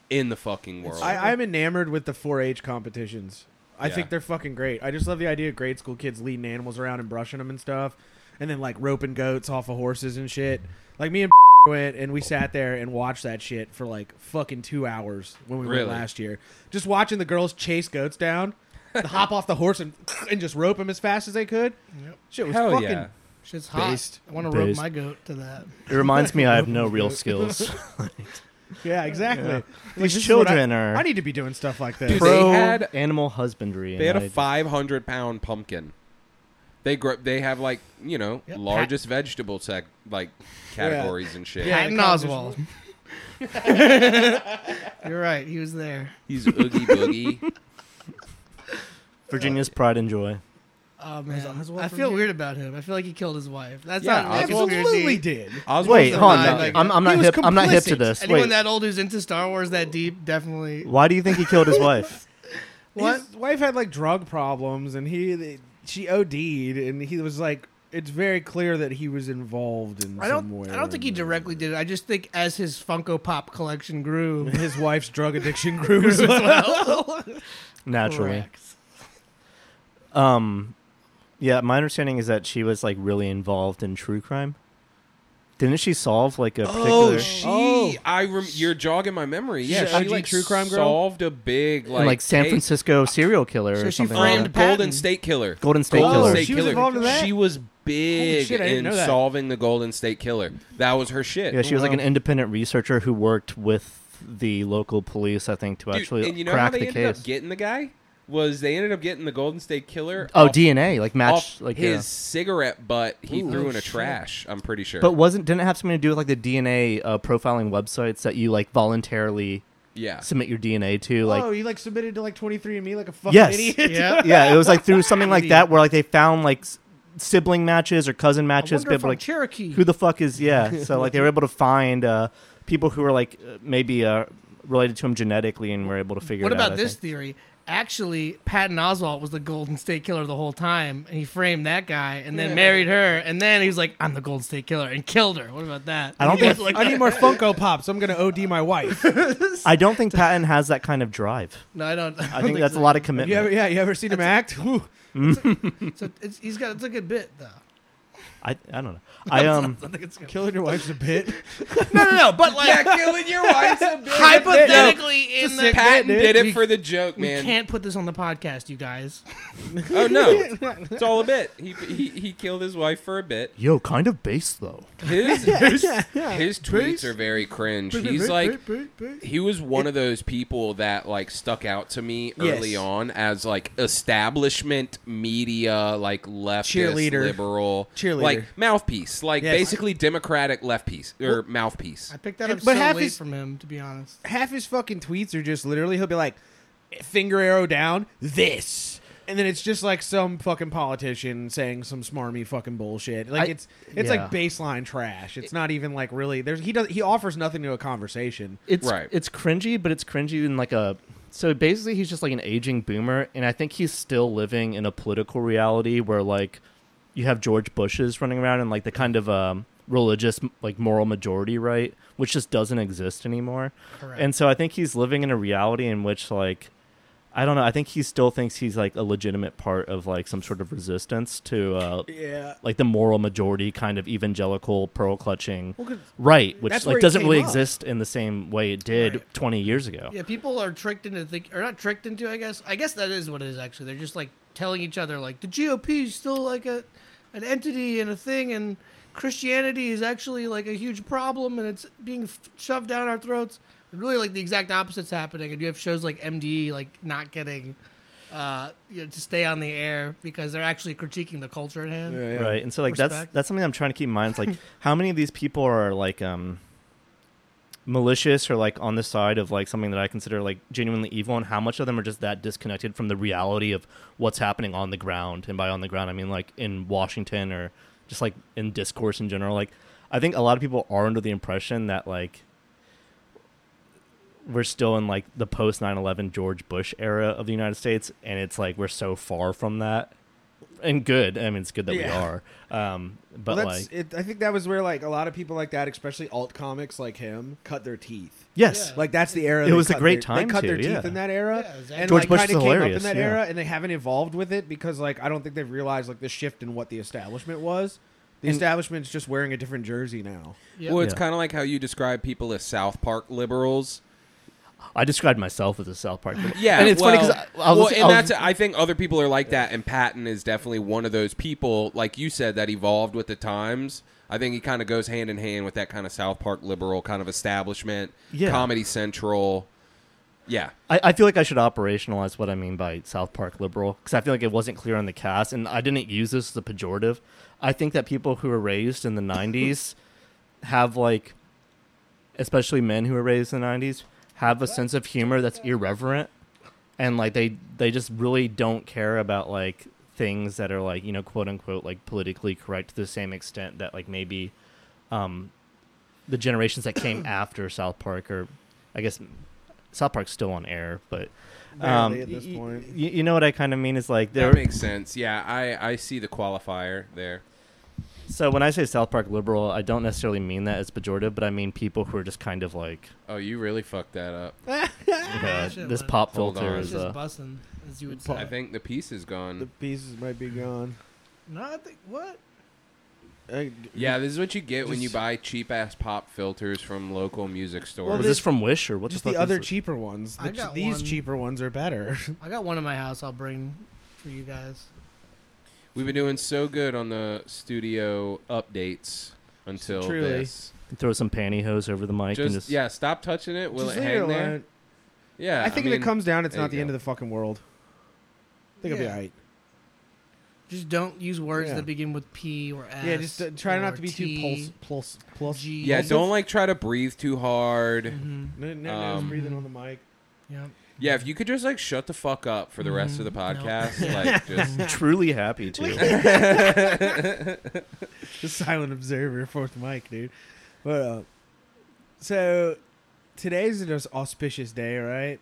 Speaker 4: in the fucking world.
Speaker 3: I, I'm enamored with the 4-H competitions. I
Speaker 4: Yeah.
Speaker 3: think they're fucking great. I just love the idea of grade school kids leading animals around and brushing them and stuff, and then like roping goats off of horses and shit. Like me and went and we sat there and watched that shit for like fucking two hours when we
Speaker 4: Really?
Speaker 3: went last year, just watching the girls chase goats down, hop off the horse and and just rope them as fast as they could. Shit was
Speaker 4: Hell
Speaker 3: fucking.
Speaker 4: yeah.
Speaker 2: Shit's hot.
Speaker 3: Based.
Speaker 2: I want to rope
Speaker 1: Based.
Speaker 2: my goat to that.
Speaker 1: It reminds me I have no real skills.
Speaker 3: Yeah, exactly. Like,
Speaker 1: These
Speaker 3: this is what
Speaker 1: children
Speaker 3: I,
Speaker 1: are-
Speaker 3: I need to be doing stuff like this.
Speaker 4: Dude, they
Speaker 1: Pro
Speaker 4: had-
Speaker 1: animal husbandry.
Speaker 4: they had
Speaker 1: and
Speaker 4: a
Speaker 1: I-
Speaker 4: 500 pound pumpkin. They grow. They have like you know
Speaker 2: Yep.
Speaker 4: largest vegetable sec- like categories and shit.
Speaker 3: Yeah,
Speaker 2: Patton
Speaker 3: the cop
Speaker 2: Oswald. You're right. He was there.
Speaker 4: He's oogie boogie.
Speaker 1: Virginia's pride and joy.
Speaker 2: Oh man,
Speaker 3: Oswald
Speaker 2: I
Speaker 3: from
Speaker 2: feel
Speaker 3: here?
Speaker 2: weird about him. I feel like he killed his wife. That's
Speaker 4: Yeah,
Speaker 2: not
Speaker 4: Oswald-
Speaker 2: conspiracy.
Speaker 3: absolutely did.
Speaker 4: Oswald's
Speaker 1: Wait,
Speaker 4: a
Speaker 1: hold on.
Speaker 2: ride,
Speaker 1: no,
Speaker 4: like-
Speaker 1: I'm, I'm
Speaker 3: He
Speaker 1: not
Speaker 3: was
Speaker 1: hip. I'm not hip to
Speaker 3: complicit.
Speaker 1: this.
Speaker 2: Anyone
Speaker 1: Wait,
Speaker 2: that old who's into Star Wars that deep, definitely.
Speaker 1: why do you think he killed his wife?
Speaker 2: What?
Speaker 3: His wife had like drug problems, and he th- she OD'd, and he was like, it's very clear that he was involved in
Speaker 2: I
Speaker 3: some
Speaker 2: don't.
Speaker 3: way.
Speaker 2: I don't think he
Speaker 3: or another.
Speaker 2: directly did it. I just think as his Funko Pop collection grew,
Speaker 3: His wife's drug addiction grew as well.
Speaker 1: Naturally.
Speaker 2: correct.
Speaker 1: Um, yeah, my understanding is that she was like really involved in true crime. Didn't she solve like a particular
Speaker 4: Oh, she.
Speaker 3: Oh.
Speaker 4: I rem- you're jogging my memory. Yeah,
Speaker 3: She's
Speaker 4: she
Speaker 3: OG
Speaker 4: like
Speaker 3: true crime girl?
Speaker 4: solved a big
Speaker 1: in,
Speaker 4: like,
Speaker 1: like, San
Speaker 4: case.
Speaker 1: Francisco serial killer
Speaker 2: So
Speaker 1: or
Speaker 2: she
Speaker 1: something?
Speaker 2: framed
Speaker 1: like that.
Speaker 4: Golden
Speaker 2: Patton.
Speaker 4: State Killer.
Speaker 1: Golden State
Speaker 3: Oh,
Speaker 1: Killer.
Speaker 3: she was involved in that?
Speaker 4: She was big
Speaker 3: shit, I didn't
Speaker 4: in
Speaker 3: know that.
Speaker 4: solving the Golden State Killer. That was her shit.
Speaker 1: yeah, she was like
Speaker 3: Wow.
Speaker 1: an independent researcher who worked with the local police, I think, to
Speaker 4: Dude,
Speaker 1: actually
Speaker 4: and you know
Speaker 1: crack
Speaker 4: how they
Speaker 1: the
Speaker 4: ended
Speaker 1: case.
Speaker 4: up getting the guy was they ended up getting the Golden State Killer.
Speaker 1: Oh,
Speaker 4: off-
Speaker 1: DNA, like match,
Speaker 4: off
Speaker 1: like
Speaker 4: his
Speaker 1: yeah.
Speaker 4: cigarette butt he
Speaker 2: Ooh,
Speaker 4: threw in a
Speaker 2: shit.
Speaker 4: trash. I'm pretty sure.
Speaker 1: But wasn't didn't it have something to do with like the DNA uh, profiling websites that you like voluntarily
Speaker 4: yeah,
Speaker 1: submit your DNA to? Like,
Speaker 3: oh, you like submitted to like 23andMe like a fucking
Speaker 1: Yes.
Speaker 3: idiot.
Speaker 2: Yeah.
Speaker 1: yeah, it was like through something like that where like they found like s- sibling matches or cousin
Speaker 2: I
Speaker 1: matches.
Speaker 2: wonder if
Speaker 1: people
Speaker 2: I'm
Speaker 1: like
Speaker 2: Cherokee.
Speaker 1: who the fuck is yeah? So like they were able to find uh, people who were like uh, maybe uh, related to him genetically and were able to figure.
Speaker 2: what
Speaker 1: it out,
Speaker 2: about
Speaker 1: I
Speaker 2: this
Speaker 1: think.
Speaker 2: theory? Actually, Patton Oswalt was the Golden State Killer the whole time, and he framed that guy, and then married her, and then he was like, "I'm the Golden State Killer," and killed her. What about that?
Speaker 1: I don't think-
Speaker 2: like,
Speaker 3: I need more Funko Pops. I'm gonna OD my wife. Have
Speaker 1: I don't think Patton has that kind of drive.
Speaker 2: no, I don't.
Speaker 1: I think that's a lot of commitment.
Speaker 3: you ever, yeah, you ever seen him act? Whew.
Speaker 2: So it's, he's got it's a good bit though.
Speaker 1: I, I don't know. I um
Speaker 2: I think it's good.
Speaker 3: Killing your wife's a bit.
Speaker 2: No, no, no. But like
Speaker 4: killing your wife's a bit.
Speaker 2: hypothetically, in the
Speaker 4: Patton
Speaker 3: dude.
Speaker 4: did
Speaker 2: We-
Speaker 4: it for the joke,
Speaker 2: we
Speaker 4: man.
Speaker 2: can't put this on the podcast, you guys.
Speaker 4: Oh no, it's all a bit. He, he he killed his wife for a bit.
Speaker 1: yo kind of base though.
Speaker 4: His his,
Speaker 3: yeah.
Speaker 4: his tweets are very cringe. He's like he was one of those people that like stuck out to me early
Speaker 3: Yes.
Speaker 4: on as like establishment media like leftist
Speaker 3: Cheerleader.
Speaker 4: liberal
Speaker 3: Cheerleader.
Speaker 4: like mouthpiece like
Speaker 3: Yes.
Speaker 4: basically democratic left piece or mouthpiece
Speaker 2: I picked that
Speaker 3: And-
Speaker 2: up
Speaker 3: but
Speaker 2: so
Speaker 3: half
Speaker 2: late
Speaker 3: his-
Speaker 2: from him, to be honest.
Speaker 3: half his fucking tweets are just literally he'll be like finger arrow down this and then it's just like some fucking politician saying some smarmy fucking bullshit like
Speaker 1: I-
Speaker 3: it's it's
Speaker 1: yeah.
Speaker 3: like baseline trash it's not even like really there's he does he offers nothing to a conversation
Speaker 1: It's
Speaker 4: Right.
Speaker 1: it's cringy, but it's cringy in like a so basically he's just like an aging boomer, and I think he's still living in a political reality where like you have George Bushes running around and like the kind of um, religious like moral majority right, which just doesn't exist anymore.
Speaker 2: Correct.
Speaker 1: And so I think he's living in a reality in which like I don't know. I think he still thinks he's like a legitimate part of like some sort of resistance to uh,
Speaker 3: yeah
Speaker 1: like the moral majority kind of evangelical pearl clutching
Speaker 3: Well, 'cause
Speaker 1: right, which
Speaker 3: that's where
Speaker 1: like
Speaker 3: it
Speaker 1: doesn't
Speaker 3: came
Speaker 1: really
Speaker 3: up.
Speaker 1: exist in the same way it did
Speaker 2: Right.
Speaker 1: 20 years ago.
Speaker 2: Yeah, people are tricked into think, or not tricked into. I guess. I guess that is what it is. Actually, they're just like telling each other like the GOP is still like a, an entity and a thing, and Christianity is actually like a huge problem, and it's being f- shoved down our throats. Really, like the exact opposite's happening, and you have shows like MD like not getting, uh, you know, to stay on the air because they're actually critiquing the culture at hand.
Speaker 3: yeah.
Speaker 1: Right. And so like that's
Speaker 2: Respect.
Speaker 1: that's something I'm trying to keep in mind. It's like how many of these people are like um malicious or like on the side of like something that I consider like genuinely evil and how much of them are just that disconnected from the reality of what's happening on the ground. And by on the ground I mean like in Washington or just like in discourse in general. Like I think a lot of people are under the impression that like we're still in like the post 9/11 George Bush era of the United States and it's like we're so far from that and good. I mean, it's good that
Speaker 3: Yeah.
Speaker 1: we are. Um, but
Speaker 3: Well, that's
Speaker 1: like,
Speaker 3: it, i think that was where like a lot of people like that especially alt comics like him cut their teeth
Speaker 1: yes,
Speaker 2: Yeah.
Speaker 1: like
Speaker 3: Like that's the era.
Speaker 1: It
Speaker 3: they
Speaker 1: was a
Speaker 3: cut
Speaker 1: great
Speaker 3: their-
Speaker 1: time,
Speaker 3: They cut their
Speaker 1: too,
Speaker 3: teeth
Speaker 1: yeah.
Speaker 3: in that era,
Speaker 2: Yeah, exactly.
Speaker 3: and
Speaker 1: George
Speaker 3: like,
Speaker 1: Bush is
Speaker 3: kinda came up in
Speaker 1: hilarious,
Speaker 3: that
Speaker 1: yeah.
Speaker 3: era, and they haven't evolved with it because like I don't think they've realized like the shift in what the establishment was. The
Speaker 1: And-
Speaker 3: establishment's just wearing a different jersey now.
Speaker 2: Yep.
Speaker 4: well it's
Speaker 1: Yeah.
Speaker 4: kind of like how you describe people as south park liberals
Speaker 1: I described myself as a South Park. liberal.
Speaker 4: yeah
Speaker 1: and it's
Speaker 4: well,
Speaker 1: funny because I, I was,
Speaker 4: well,
Speaker 1: listening-
Speaker 4: and
Speaker 1: I was-
Speaker 4: that's i think other people are like that and patton is definitely one of those people like you said that evolved with the times i think he kind of goes hand in hand with that kind of south park liberal kind of establishment
Speaker 1: Yeah.
Speaker 4: comedy central yeah
Speaker 1: I, I feel like I should operationalize what I mean by South Park liberal because I feel like it wasn't clear on the cast, and I didn't use this as a pejorative. I think that people who were raised in the '90s have like, especially men who were raised in the '90s, have a sense of humor that's irreverent, and like they they just really don't care about like things that are like you know quote unquote like politically correct to the same extent that like maybe um, the generations that came after South Park, or I guess South Park's still on air, but um,
Speaker 3: Barely at this
Speaker 1: y- y-
Speaker 3: point.
Speaker 1: y- you know what I kind of mean is like there.
Speaker 4: that makes sense yeah i i see the qualifier there
Speaker 1: so when I say South Park liberal, I don't necessarily mean that as pejorative, but I mean people who are just kind of like
Speaker 4: oh you really fucked that up
Speaker 1: uh,
Speaker 2: shit,
Speaker 1: this
Speaker 2: man.
Speaker 1: pop
Speaker 4: Hold
Speaker 1: filter
Speaker 4: on.
Speaker 2: it's
Speaker 1: is.
Speaker 2: just
Speaker 1: Uh,
Speaker 2: bussing, as you would say.
Speaker 4: i think the piece is gone
Speaker 3: The pieces might be gone.
Speaker 2: no, I think what?
Speaker 3: I-
Speaker 4: yeah this is what you get when you
Speaker 3: Just-
Speaker 4: buy cheap ass pop filters from local music stores
Speaker 3: Well,
Speaker 1: was this from Wish or what
Speaker 3: just
Speaker 1: the
Speaker 3: the,
Speaker 1: fuck?
Speaker 3: other
Speaker 1: is it?
Speaker 3: cheaper ones. The
Speaker 2: I
Speaker 3: ch-
Speaker 2: got
Speaker 3: these
Speaker 2: one.
Speaker 3: cheaper ones are better.
Speaker 2: I got one in my house. I'll bring for you guys.
Speaker 4: We've been doing so good on the studio updates until
Speaker 3: Truly.
Speaker 4: this.
Speaker 1: Throw some pantyhose over the mic and
Speaker 4: Just,
Speaker 1: just
Speaker 4: yeah, stop touching it. Will
Speaker 3: Just
Speaker 4: it
Speaker 3: leave
Speaker 4: hang there?
Speaker 3: alone.
Speaker 4: Yeah,
Speaker 3: I think if
Speaker 4: mean,
Speaker 3: it comes down, it's
Speaker 4: there
Speaker 3: not
Speaker 4: you
Speaker 3: the end
Speaker 4: go.
Speaker 3: of the fucking world. think it'll
Speaker 2: Yeah.
Speaker 3: be all right.
Speaker 2: Just don't use words
Speaker 3: Yeah.
Speaker 2: that begin with P or S.
Speaker 3: Yeah, just uh, try not
Speaker 2: or
Speaker 3: to be
Speaker 2: T.
Speaker 3: too pulse, pulse, plus.
Speaker 2: G.
Speaker 4: Yeah,
Speaker 2: Also-
Speaker 4: don't like try to breathe too hard.
Speaker 3: Mm-hmm. No, no,
Speaker 4: Um,
Speaker 3: breathing on the mic.
Speaker 2: Yep.
Speaker 4: Yeah, if you could just like shut the fuck up for the rest of the
Speaker 3: Mm-hmm.
Speaker 4: podcast, like just
Speaker 1: Truly happy to.
Speaker 3: The silent observer, fourth mic, dude. But uh, so today's an aus- auspicious day, right?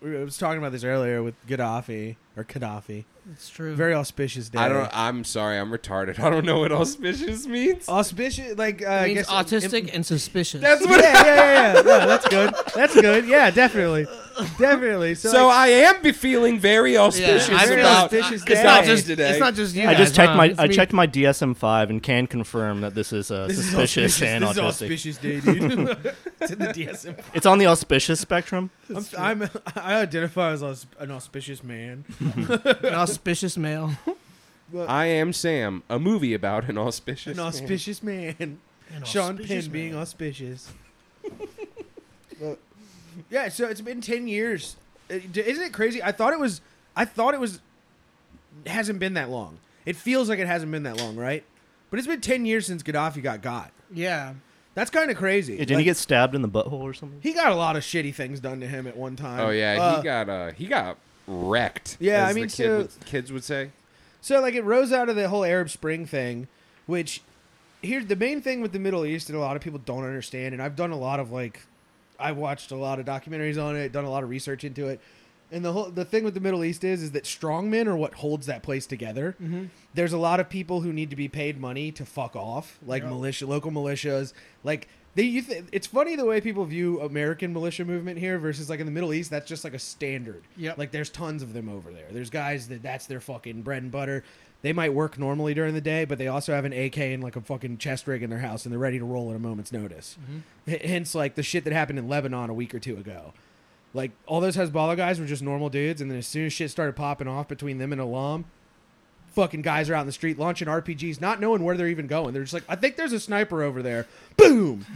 Speaker 3: We I was talking about this earlier with Gaddafi or Gaddafi.
Speaker 2: It's true.
Speaker 3: Very auspicious day.
Speaker 4: I don't. I'm sorry, I'm retarded. I don't know what auspicious
Speaker 3: Oh,
Speaker 4: means.
Speaker 3: auspicious, like uh,
Speaker 2: it
Speaker 3: I
Speaker 2: means
Speaker 3: guess
Speaker 2: autistic and suspicious.
Speaker 4: That's
Speaker 3: yeah,
Speaker 4: what.
Speaker 3: yeah, yeah, yeah. No, that's good. That's good. Yeah, definitely, definitely. So,
Speaker 4: So
Speaker 3: like,
Speaker 4: I am be feeling very auspicious
Speaker 3: I feel
Speaker 4: about.
Speaker 3: auspicious
Speaker 2: It's
Speaker 3: day.
Speaker 2: not just
Speaker 4: today.
Speaker 2: It's not just you.
Speaker 1: I just
Speaker 2: guys,
Speaker 1: checked
Speaker 2: huh?
Speaker 1: my
Speaker 2: It's
Speaker 1: I
Speaker 2: me.
Speaker 1: checked my DSM five and can confirm that this is uh,
Speaker 3: this
Speaker 1: suspicious
Speaker 3: is auspicious.
Speaker 1: and
Speaker 3: this
Speaker 1: autistic.
Speaker 3: is auspicious day, dude. it's in the DSM.
Speaker 1: It's on the auspicious spectrum.
Speaker 3: I'm, I'm, I identify as aus- an auspicious man.
Speaker 2: an auspicious male.
Speaker 4: I am Sam, a movie about an auspicious.
Speaker 3: An
Speaker 4: man.
Speaker 3: auspicious man.
Speaker 2: An
Speaker 3: Sean Penn
Speaker 2: auspicious
Speaker 3: being
Speaker 2: male.
Speaker 3: auspicious. But- yeah, so it's been ten years. It- d- Isn't it crazy? I thought it was. I thought it was. Hasn't been that long. It feels like it hasn't been that long, right? But it's been ten years since Gaddafi got got.
Speaker 2: Yeah.
Speaker 3: That's kind of crazy.
Speaker 1: Didn't he
Speaker 3: Like,
Speaker 1: get stabbed in the butthole or something?
Speaker 3: He got a lot of shitty things done to him at one time.
Speaker 4: Oh yeah,
Speaker 3: Uh,
Speaker 4: he got uh he got wrecked.
Speaker 3: Yeah,
Speaker 4: as
Speaker 3: I
Speaker 4: the
Speaker 3: mean,
Speaker 4: kid
Speaker 3: so-
Speaker 4: would- kids would say.
Speaker 3: So like it rose out of the whole Arab Spring thing, which here's the main thing with the Middle East that a lot of people don't understand, and I've done a lot of like I've watched a lot of documentaries on it, done a lot of research into it. And the whole the thing with the Middle East is is that strongmen are what holds that place together. There's a lot of people who need to be paid money to fuck off, like militia, local militias. Like they, you th- it's funny the way people view American militia movement here versus like in the Middle East. That's just like a standard.
Speaker 2: Yep.
Speaker 3: Like there's tons of them over there. There's guys that that's their fucking bread and butter. They might work normally during the day, but they also have an AK and like a fucking chest rig in their house, and they're ready to roll at a moment's notice.
Speaker 4: Mm-hmm.
Speaker 3: H- hence, like the shit that happened in Lebanon a week or two ago. Like all those Hezbollah guys were just normal dudes, and then as soon as shit started popping off between them and Alam, fucking guys are out in the street launching RPGs, not knowing where they're even going. They're just like, I think there's a sniper over there. Boom!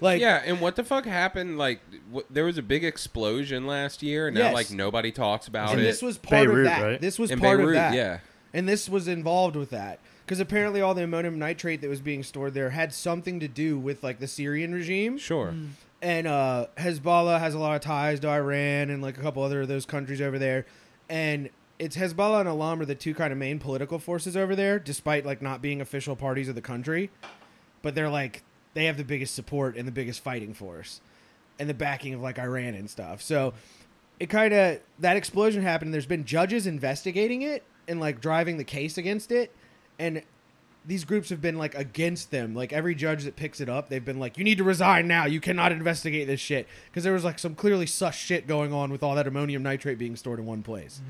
Speaker 3: Like,
Speaker 4: Yeah, and what the fuck happened? Like, wh- there was a big explosion last year, and now
Speaker 3: Yes.
Speaker 4: like nobody talks about
Speaker 3: and
Speaker 4: it.
Speaker 3: this was part
Speaker 1: Beirut,
Speaker 3: of that.
Speaker 1: right?
Speaker 3: This was
Speaker 4: In
Speaker 3: part
Speaker 4: Beirut,
Speaker 3: of that.
Speaker 4: yeah.
Speaker 3: And this was involved with that because apparently all the ammonium nitrate that was being stored there had something to do with like the Syrian regime.
Speaker 4: sure.
Speaker 3: and uh, Hezbollah has a lot of ties to Iran and like a couple other of those countries over there, and it's Hezbollah and Alam are the two kind of main political forces over there, despite like not being official parties of the country, but they're like they have the biggest support and the biggest fighting force, and the backing of like Iran and stuff. So it kind of that explosion happened. There's been judges investigating it and like driving the case against it, and these groups have been like against them. Like every judge that picks it up, they've been like, "You need to resign now. You cannot investigate this shit." Because there was like some clearly sus shit going on with all that ammonium nitrate being stored in one place.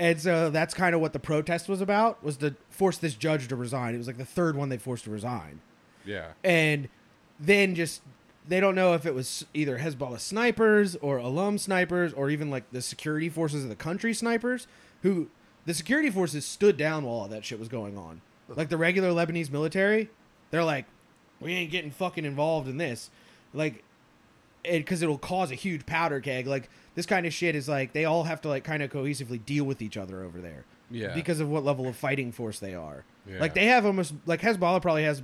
Speaker 3: And so that's kind of what the protest was about was to force this judge to resign. It was like the third one they forced to resign
Speaker 4: Yeah.
Speaker 3: and then just they don't know if it was either Hezbollah snipers or alum snipers or even like the security forces of the country snipers who the security forces stood down while all that shit was going on. Like the regular Lebanese military, they're like, we ain't getting fucking involved in this. Like, because it'll cause a huge powder keg. Like, this kind of shit is like, they all have to like kind of cohesively deal with each other over there.
Speaker 4: Yeah.
Speaker 3: Because of what level of fighting force they are.
Speaker 4: Yeah.
Speaker 3: Like, they have almost, like, Hezbollah probably has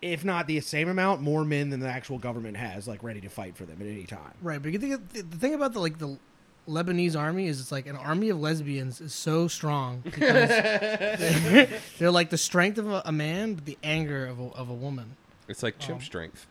Speaker 3: if not the same amount, more men than the actual government has, like ready to fight for them at any time.
Speaker 2: Right, but you think of- the thing about the like the Lebanese army is it's like an army of lesbians is so strong because they're, they're like the strength of a, a man, but the anger of a, of a woman.
Speaker 4: It's like chimp strength.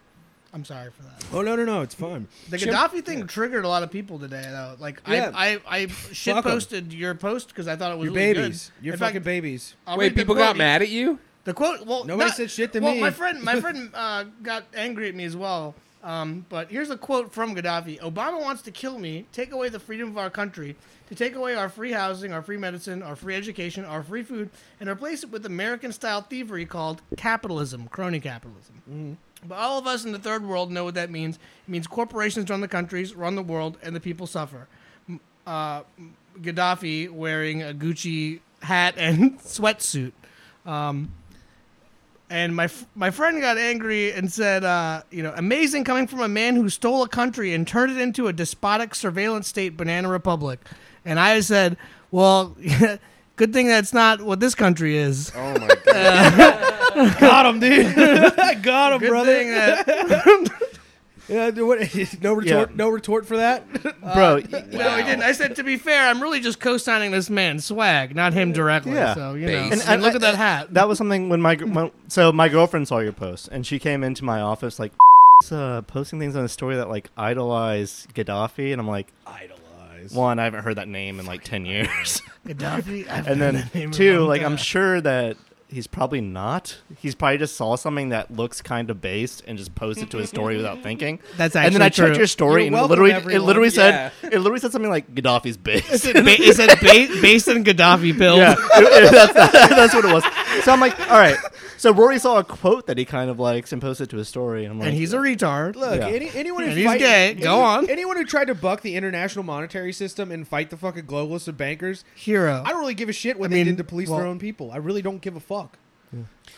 Speaker 2: I'm sorry for that.
Speaker 3: Oh no, no, no! It's fine.
Speaker 2: The Gaddafi thing triggered a lot of people today, though. Like
Speaker 3: Yeah.
Speaker 2: I, I, I shit posted your post because I thought it was
Speaker 3: Your
Speaker 2: really
Speaker 3: babies,
Speaker 2: Good.
Speaker 3: your
Speaker 2: In fact,
Speaker 3: fucking babies.
Speaker 2: I'll read
Speaker 4: Wait,
Speaker 2: the
Speaker 4: people got
Speaker 2: quote.
Speaker 4: mad at you?
Speaker 2: The quote. Well,
Speaker 3: Nobody
Speaker 2: not-
Speaker 3: said shit to
Speaker 2: well,
Speaker 3: me.
Speaker 2: my friend, my friend uh, got angry at me as well. Um, but here's a quote from Gaddafi: "Obama wants to kill me, take away the freedom of our country, to take away our free housing, our free medicine, our free education, our free food, and replace it with American-style thievery called capitalism, crony capitalism."
Speaker 3: Mm-hmm.
Speaker 2: But all of us in the third world know what that means. It means corporations run the countries, run the world, and the people suffer. M- Uh, m- Gaddafi wearing a Gucci hat and sweatsuit. Um, and my f- my friend got angry and said, uh, you know, amazing coming from a man who stole a country and turned it into a despotic surveillance state, banana republic. And I said, well, Good thing that's not what this country is.
Speaker 4: Oh my god.
Speaker 3: Got him, dude. Got him,
Speaker 2: Good
Speaker 3: brother.
Speaker 2: thing that
Speaker 3: Yeah, dude, what- no retort.
Speaker 1: Yeah.
Speaker 3: No retort for that.
Speaker 1: bro. y-
Speaker 2: no, I didn't. I said to be fair, I'm really just co-signing this man's swag, not him directly.
Speaker 1: Yeah.
Speaker 2: So you know, and,
Speaker 4: Base.
Speaker 1: I-
Speaker 2: look
Speaker 1: I-
Speaker 2: at that hat.
Speaker 1: That was something when my gr- when, so my girlfriend saw your post and she came into my office like uh, posting things on a story that like idolize Gaddafi and I'm like
Speaker 3: Idolize.
Speaker 1: one I haven't heard that name in like ten years
Speaker 2: Gaddafi.
Speaker 1: and
Speaker 2: I've had
Speaker 1: then
Speaker 2: that name
Speaker 1: two
Speaker 2: wrong.
Speaker 1: like I'm sure that he's probably not he's probably just saw something that looks kind of based and just posted to his story without thinking
Speaker 2: That's
Speaker 1: and then I
Speaker 2: actually
Speaker 1: checked
Speaker 2: true.
Speaker 1: your story
Speaker 3: You're
Speaker 1: and
Speaker 3: welcome,
Speaker 1: literally
Speaker 3: everyone.
Speaker 1: it literally said
Speaker 4: Yeah.
Speaker 1: it literally said something like Gaddafi's based
Speaker 2: Ba- it said ba- based on Gaddafi build.
Speaker 1: Yeah, that's, that's what it was. So I'm like, all right. So Rory saw a quote that he kind of likes and posted to his story, and I'm like,
Speaker 2: And he's a retard.
Speaker 3: Look,
Speaker 1: Yeah.
Speaker 3: any, anyone who
Speaker 2: And he's
Speaker 3: fight-
Speaker 2: gay. Go
Speaker 3: any-
Speaker 2: on.
Speaker 3: Anyone who tried to buck the international monetary system and fight the fucking globalists and bankers,
Speaker 2: hero.
Speaker 3: I don't really give a shit what
Speaker 2: I
Speaker 3: they
Speaker 2: mean,
Speaker 3: did to police
Speaker 2: well-
Speaker 3: their own people. I really don't give a fuck.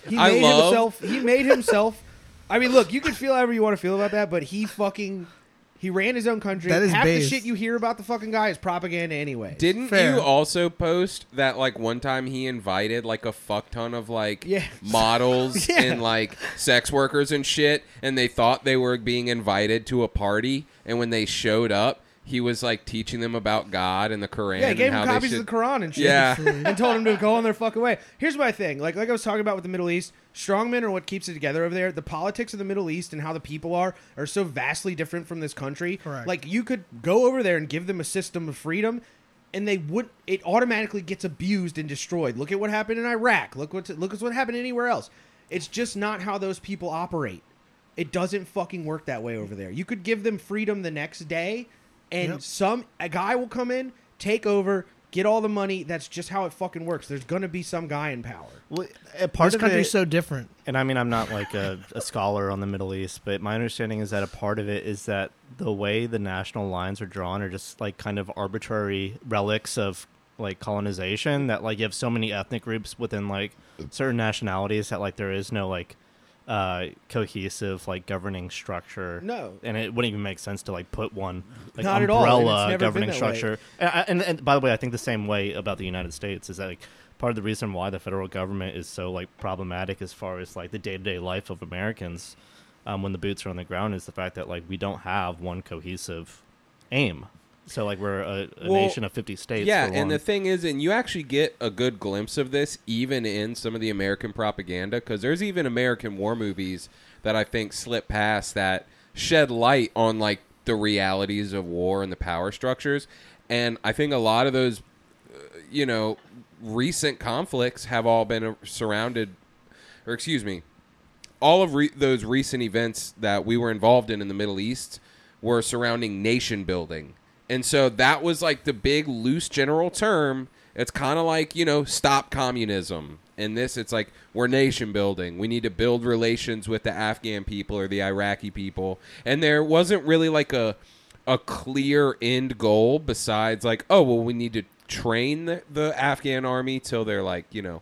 Speaker 3: He
Speaker 4: I
Speaker 3: made
Speaker 4: love-
Speaker 3: himself. He made himself. I mean, look, you can feel however you want to feel about that, but he fucking he ran his own country.
Speaker 2: That is
Speaker 3: Half
Speaker 2: base.
Speaker 3: the shit you hear about the fucking guy is propaganda anyway.
Speaker 4: Didn't
Speaker 2: Fair.
Speaker 4: you also post that like one time he invited like a fuck ton of like
Speaker 3: Yeah.
Speaker 4: models
Speaker 3: Yeah.
Speaker 4: and like sex workers and shit and they thought they were being invited to a party and when they showed up he was like teaching them about God and the Quran
Speaker 3: yeah, he gave
Speaker 4: and how
Speaker 3: him
Speaker 4: they
Speaker 3: copies of
Speaker 4: should-
Speaker 3: the Quran and shit.
Speaker 4: Yeah.
Speaker 3: and told him to go on their fucking way. Here's my thing. Like like I was talking about with the Middle East, strongmen are what keeps it together over there. The politics of the Middle East and how the people are are so vastly different from this country.
Speaker 2: Correct.
Speaker 3: Like you could go over there and give them a system of freedom and they would it automatically gets abused and destroyed. Look at what happened in Iraq. Look what look at what happened anywhere else. It's just not how those people operate. It doesn't fucking work that way over there. You could give them freedom the next day, and
Speaker 2: Yep.
Speaker 3: some a guy will come in, take over, get all the money. That's just how it fucking works. There's gonna be some guy in power.
Speaker 1: well, a part
Speaker 2: This
Speaker 1: of
Speaker 2: country's
Speaker 1: it-
Speaker 2: so different.
Speaker 1: and I mean, I'm not like a, a scholar on the Middle East, but my understanding is that a part of it is that the way the national lines are drawn are just like kind of arbitrary relics of like colonization. That like you have so many ethnic groups within like certain nationalities that like there is no like uh cohesive like governing structure
Speaker 3: No.
Speaker 1: and it wouldn't even make sense to like put one like
Speaker 3: Not at all, and it's
Speaker 1: umbrella
Speaker 3: never been
Speaker 1: governing
Speaker 3: that way.
Speaker 1: structure and, I- and, and by the way, I think the same way about the United States is that like part of the reason why the federal government is so like problematic as far as like the day to day life of Americans um, when the boots are on the ground is the fact that like we don't have one cohesive aim. So like we're a, a
Speaker 4: Well,
Speaker 1: nation of fifty states.
Speaker 4: yeah,
Speaker 1: for
Speaker 4: and
Speaker 1: one.
Speaker 4: the thing is, and you actually get a good glimpse of this even in some of the American propaganda because there's even American war movies that I think slip past that shed light on like the realities of war and the power structures. And I think a lot of those, uh, you know, recent conflicts have all been uh, surrounded, or excuse me, all of re- those recent events that we were involved in in the Middle East were surrounding nation building. And so that was like the big loose general term. It's kind of like, you know, stop communism. And this, it's like, we're nation building. We need to build relations with the Afghan people or the Iraqi people. And there wasn't really like a, a clear end goal besides, like, oh, well, we need to train the, the Afghan army till they're like, you know,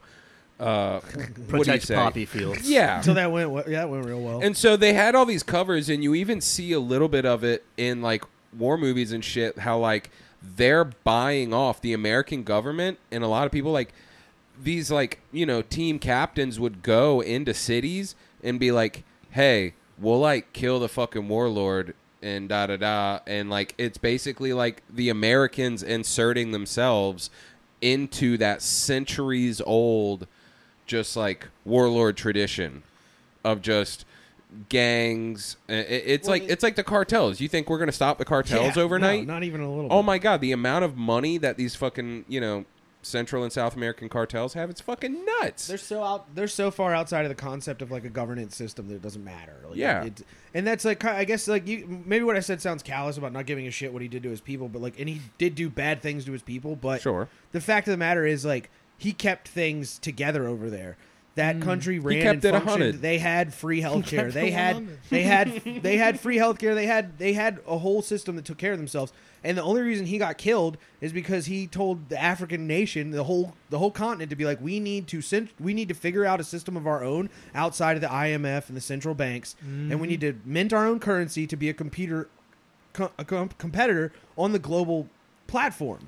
Speaker 4: uh, what do you
Speaker 1: protect
Speaker 4: say?
Speaker 1: poppy fields.
Speaker 4: Yeah.
Speaker 3: So that went wa- yeah, that went real well.
Speaker 4: And so they had all these covers, and you even see a little bit of it in like war movies and shit. How like they're buying off the American government, and a lot of people like these like you know team captains would go into cities and be like, "Hey, we'll like kill the fucking warlord." And da da da, and like it's basically like the Americans inserting themselves into that centuries old, just like warlord tradition of just gangs. I- I- It's like it's like the cartels. You think we're gonna stop the cartels
Speaker 3: Yeah,
Speaker 4: overnight?
Speaker 3: no, not even a little.
Speaker 4: oh
Speaker 3: bit.
Speaker 4: my god, the amount of money that these fucking you know Central and South American cartels have, it's fucking nuts.
Speaker 3: They're so out. They're so far outside of the concept of like a governance system that it doesn't matter. Like,
Speaker 4: Yeah.
Speaker 3: it- and that's like ki- I guess like you maybe what I said sounds callous about not giving a shit what he did to his people, but like and he did do bad things to his people, but
Speaker 4: Sure.
Speaker 3: The fact of the matter is like he kept things together over there. That country ran
Speaker 4: Hmm.
Speaker 3: and
Speaker 4: kept it a
Speaker 3: functioned.
Speaker 4: hundred.
Speaker 3: They had free healthcare.
Speaker 2: kept
Speaker 3: They
Speaker 2: it
Speaker 3: had
Speaker 2: 100.
Speaker 3: they had they had free healthcare. They had they had a whole system that took care of themselves. And the only reason he got killed is because he told the African nation, the whole the whole continent, to be like, we need to cent- we need to figure out a system of our own outside of the IMF and the central banks, and we need to mint our own currency to be a computer co- a com- competitor on the global platform.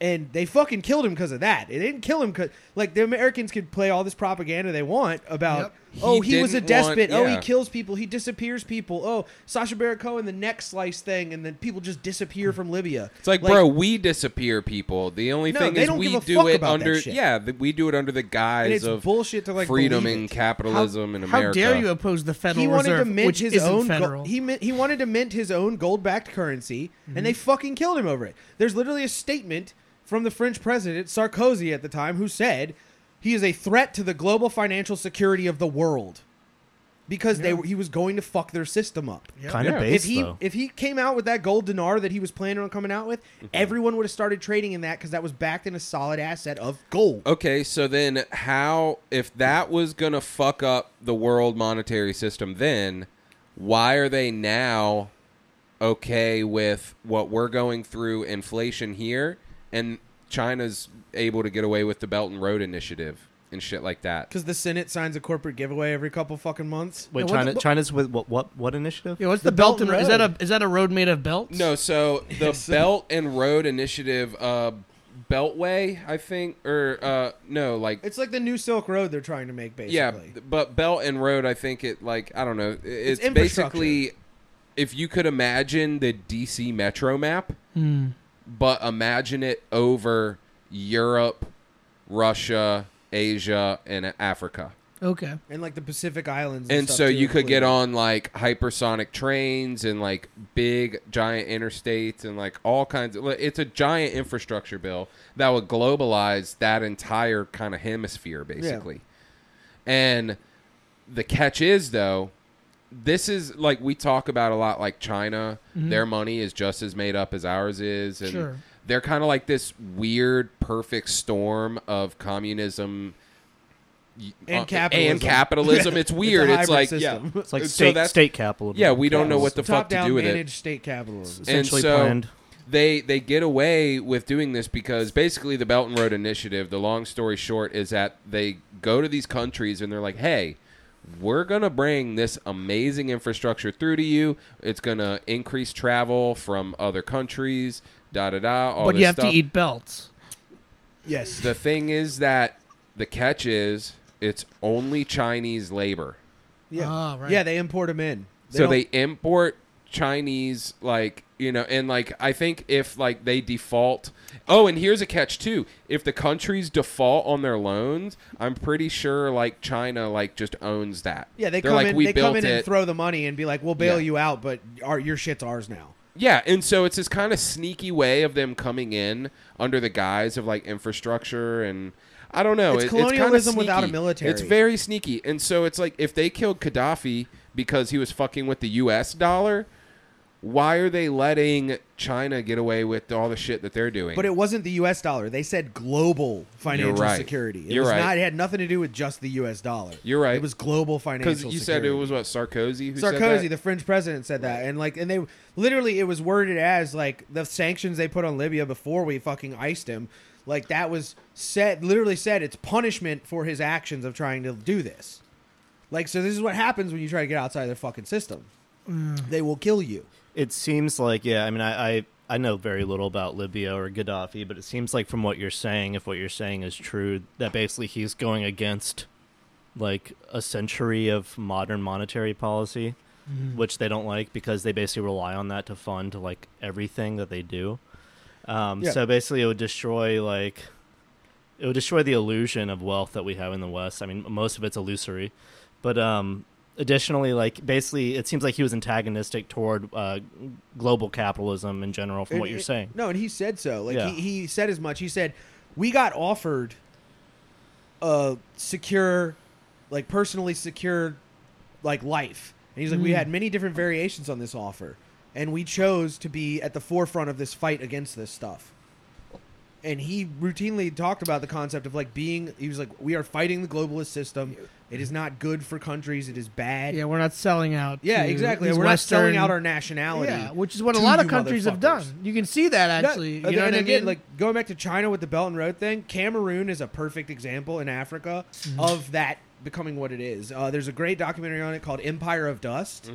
Speaker 3: and they fucking killed him because of that. It didn't kill him because like the Americans could play all this propaganda they want about
Speaker 4: Yep.
Speaker 3: oh
Speaker 4: He
Speaker 3: he, was a
Speaker 4: didn't want-
Speaker 3: despot, oh he
Speaker 4: yeah.
Speaker 3: kills people, he disappears people, oh Sasha Baron Cohen the neck slice thing, and then people just disappear from Libya.
Speaker 4: It's like, bro, we disappear people. The only
Speaker 3: No,
Speaker 4: thing
Speaker 3: they
Speaker 4: is
Speaker 3: don't
Speaker 4: we
Speaker 3: give a
Speaker 4: do
Speaker 3: fuck
Speaker 4: it
Speaker 3: about that
Speaker 4: under
Speaker 3: shit.
Speaker 4: yeah, th- we do it under the
Speaker 3: and
Speaker 4: guise
Speaker 3: it's
Speaker 4: of
Speaker 3: believe to like
Speaker 4: freedom
Speaker 3: believe
Speaker 4: and
Speaker 3: it.
Speaker 4: capitalism in
Speaker 2: How
Speaker 4: America.
Speaker 2: dare you oppose the Federal
Speaker 3: he wanted
Speaker 2: Reserve,
Speaker 3: to mint
Speaker 2: which
Speaker 3: his
Speaker 2: isn't
Speaker 3: own.
Speaker 2: federal? Mm-hmm.
Speaker 3: Go- he mint, he wanted to mint his own gold-backed currency, and they fucking killed him over it. There's literally a statement from the French president Sarkozy at the time who said he is a threat to the global financial security of the world because they were, he was going to fuck their system up.
Speaker 1: Kind of
Speaker 4: Yeah.
Speaker 1: base
Speaker 3: if he
Speaker 1: though.
Speaker 3: if he came out with that gold dinar that he was planning on coming out with,
Speaker 2: Mm-hmm.
Speaker 3: everyone would have started trading in that because that was backed in a solid asset of gold.
Speaker 2: Oh.
Speaker 4: Okay, so then how if that was gonna fuck up the world monetary system then, why are they now okay with what we're going through inflation here and China's able to get away with the Belt and Road Initiative and shit like that?
Speaker 3: Because the Senate signs a corporate giveaway every couple fucking months.
Speaker 1: Wait,
Speaker 2: what
Speaker 1: China,
Speaker 2: the-
Speaker 1: China's with what? What? What initiative?
Speaker 2: Yeah, what's
Speaker 3: The
Speaker 2: the, belt,
Speaker 3: Belt
Speaker 2: and
Speaker 3: and
Speaker 2: is that a
Speaker 3: Road.
Speaker 2: is that a road made of belts?
Speaker 4: No, so the Belt and Road Initiative, uh, Beltway, I think, or uh, no, like
Speaker 3: It's like the new Silk Road they're trying to make, basically.
Speaker 4: yeah, but Belt and Road, I think it like I don't know, it- it's,
Speaker 3: infrastructure.
Speaker 4: basically if you could imagine the DC Metro map, but imagine it over Europe, Russia, Asia, and Africa.
Speaker 2: Okay.
Speaker 3: and like the Pacific Islands.
Speaker 4: and
Speaker 3: stuff,
Speaker 4: so
Speaker 3: too,
Speaker 4: you could get
Speaker 3: included.
Speaker 4: on like hypersonic trains and like big giant interstates and like all kinds of it's a giant infrastructure bill that would globalize that entire kind of hemisphere basically and the catch is though this is like we talk about a lot like china
Speaker 3: Mm-hmm.
Speaker 4: their money is just as made up as ours is and
Speaker 2: Sure.
Speaker 4: they're kind of like this weird perfect storm of communism y-
Speaker 3: And
Speaker 4: uh,
Speaker 3: capitalism.
Speaker 4: and capitalism it's weird
Speaker 3: a
Speaker 4: it's,
Speaker 3: hybrid
Speaker 4: like
Speaker 3: system.
Speaker 4: yeah
Speaker 1: It's like
Speaker 4: So
Speaker 1: state
Speaker 4: that's-
Speaker 1: state capital.
Speaker 4: yeah we don't know
Speaker 1: Yes.
Speaker 4: what the fuck to
Speaker 3: Top-down
Speaker 4: do with it
Speaker 3: managed state capitalism.
Speaker 4: and
Speaker 1: Essentially
Speaker 4: so
Speaker 1: planned.
Speaker 4: they they get away with doing this because basically the Belt and Road Initiative. The long story short is that they go to these countries and they're like, "Hey, we're gonna bring this amazing infrastructure through to you. It's gonna increase travel from other countries." Da da da. All
Speaker 2: but
Speaker 4: this
Speaker 2: you have
Speaker 4: stuff.
Speaker 2: to eat belts.
Speaker 3: Yes,
Speaker 4: The thing is that the catch is it's only Chinese labor.
Speaker 3: yeah,
Speaker 2: Ah, right.
Speaker 3: yeah. They import them in.
Speaker 4: so
Speaker 3: don't-
Speaker 4: they import Chinese, like you know, and like I think if like they default. Oh, and here's a catch too. If the countries default on their loans, I'm pretty sure like China like just owns that.
Speaker 3: yeah they
Speaker 4: They're
Speaker 3: come
Speaker 4: like
Speaker 3: in.
Speaker 4: we
Speaker 3: They
Speaker 4: built
Speaker 3: come in
Speaker 4: it.
Speaker 3: and throw the money and be like, "We'll bail
Speaker 4: Yeah.
Speaker 3: you out, but our, your shit's ours now."
Speaker 4: Yeah, and so it's this kind of sneaky way of them coming in under the guise of like infrastructure and I don't know.
Speaker 3: It's
Speaker 4: it- kinda
Speaker 3: colonialism without a
Speaker 4: sneaky.
Speaker 3: military.
Speaker 4: It's very sneaky, and so it's like if they killed Gaddafi because he was fucking with the U.S. dollar, why are they letting China get away with all the shit that they're doing?
Speaker 3: But it wasn't the U.S. dollar. They said global financial
Speaker 4: right.
Speaker 3: security. It
Speaker 4: You're
Speaker 3: was
Speaker 4: right.
Speaker 3: not. It had nothing to do with just the U.S. dollar.
Speaker 4: You're right.
Speaker 3: It was global
Speaker 4: because
Speaker 3: financial.
Speaker 4: you said
Speaker 3: security.
Speaker 4: it was what Sarkozy. Who said
Speaker 3: Sarkozy,
Speaker 4: that?
Speaker 3: the French president, said that, and like, and they literally it was worded as like the sanctions they put on Libya before we fucking iced him, like that was said literally said it's punishment for his actions of trying to do this. Like, so this is what happens when you try to get outside their fucking system. They will kill you.
Speaker 1: It seems like yeah. I mean, I, I I know very little about Libya or Gaddafi, but it seems like from what you're saying, if what you're saying is true, that basically he's going against like a century of modern monetary policy, which they don't like because they basically rely on that to fund like everything that they do. Um,
Speaker 3: Yeah.
Speaker 1: So basically, it would destroy like it would destroy the illusion of wealth that we have in the West. I mean, most of it's illusory, but um, additionally, like basically, it seems like he was antagonistic toward uh, global capitalism in general, from
Speaker 3: And
Speaker 1: what you're
Speaker 3: it-
Speaker 1: saying.
Speaker 3: No, and he said so. Like
Speaker 1: Yeah.
Speaker 3: he, he said as much. He said, "We got offered a secure, like personally secure, like life." And he's like,
Speaker 1: Mm.
Speaker 3: "We had many different variations on this offer, and we chose to be at the forefront of this fight against this stuff." And he routinely talked about the concept of like being. He was like, "We are fighting the globalist system. It is not good for countries. It is bad."
Speaker 2: Yeah,
Speaker 3: Yeah.
Speaker 2: we're not selling out. to
Speaker 3: exactly.
Speaker 2: these
Speaker 3: We're not selling
Speaker 2: Western-
Speaker 3: out our nationality.
Speaker 2: Yeah, which is what a
Speaker 3: to
Speaker 2: lot of
Speaker 3: you
Speaker 2: countries have
Speaker 3: motherfuckers.
Speaker 2: done. You can see that
Speaker 3: Yeah,
Speaker 2: actually.
Speaker 3: uh, and
Speaker 2: you know
Speaker 3: then
Speaker 2: what I
Speaker 3: again,
Speaker 2: mean?
Speaker 3: Like going back to China with the Belt and Road thing, Cameroon is a perfect example in Africa
Speaker 2: Mm-hmm. Mm-hmm.
Speaker 3: of that becoming what it is. Uh, there's a great documentary on it called Empire of Dust,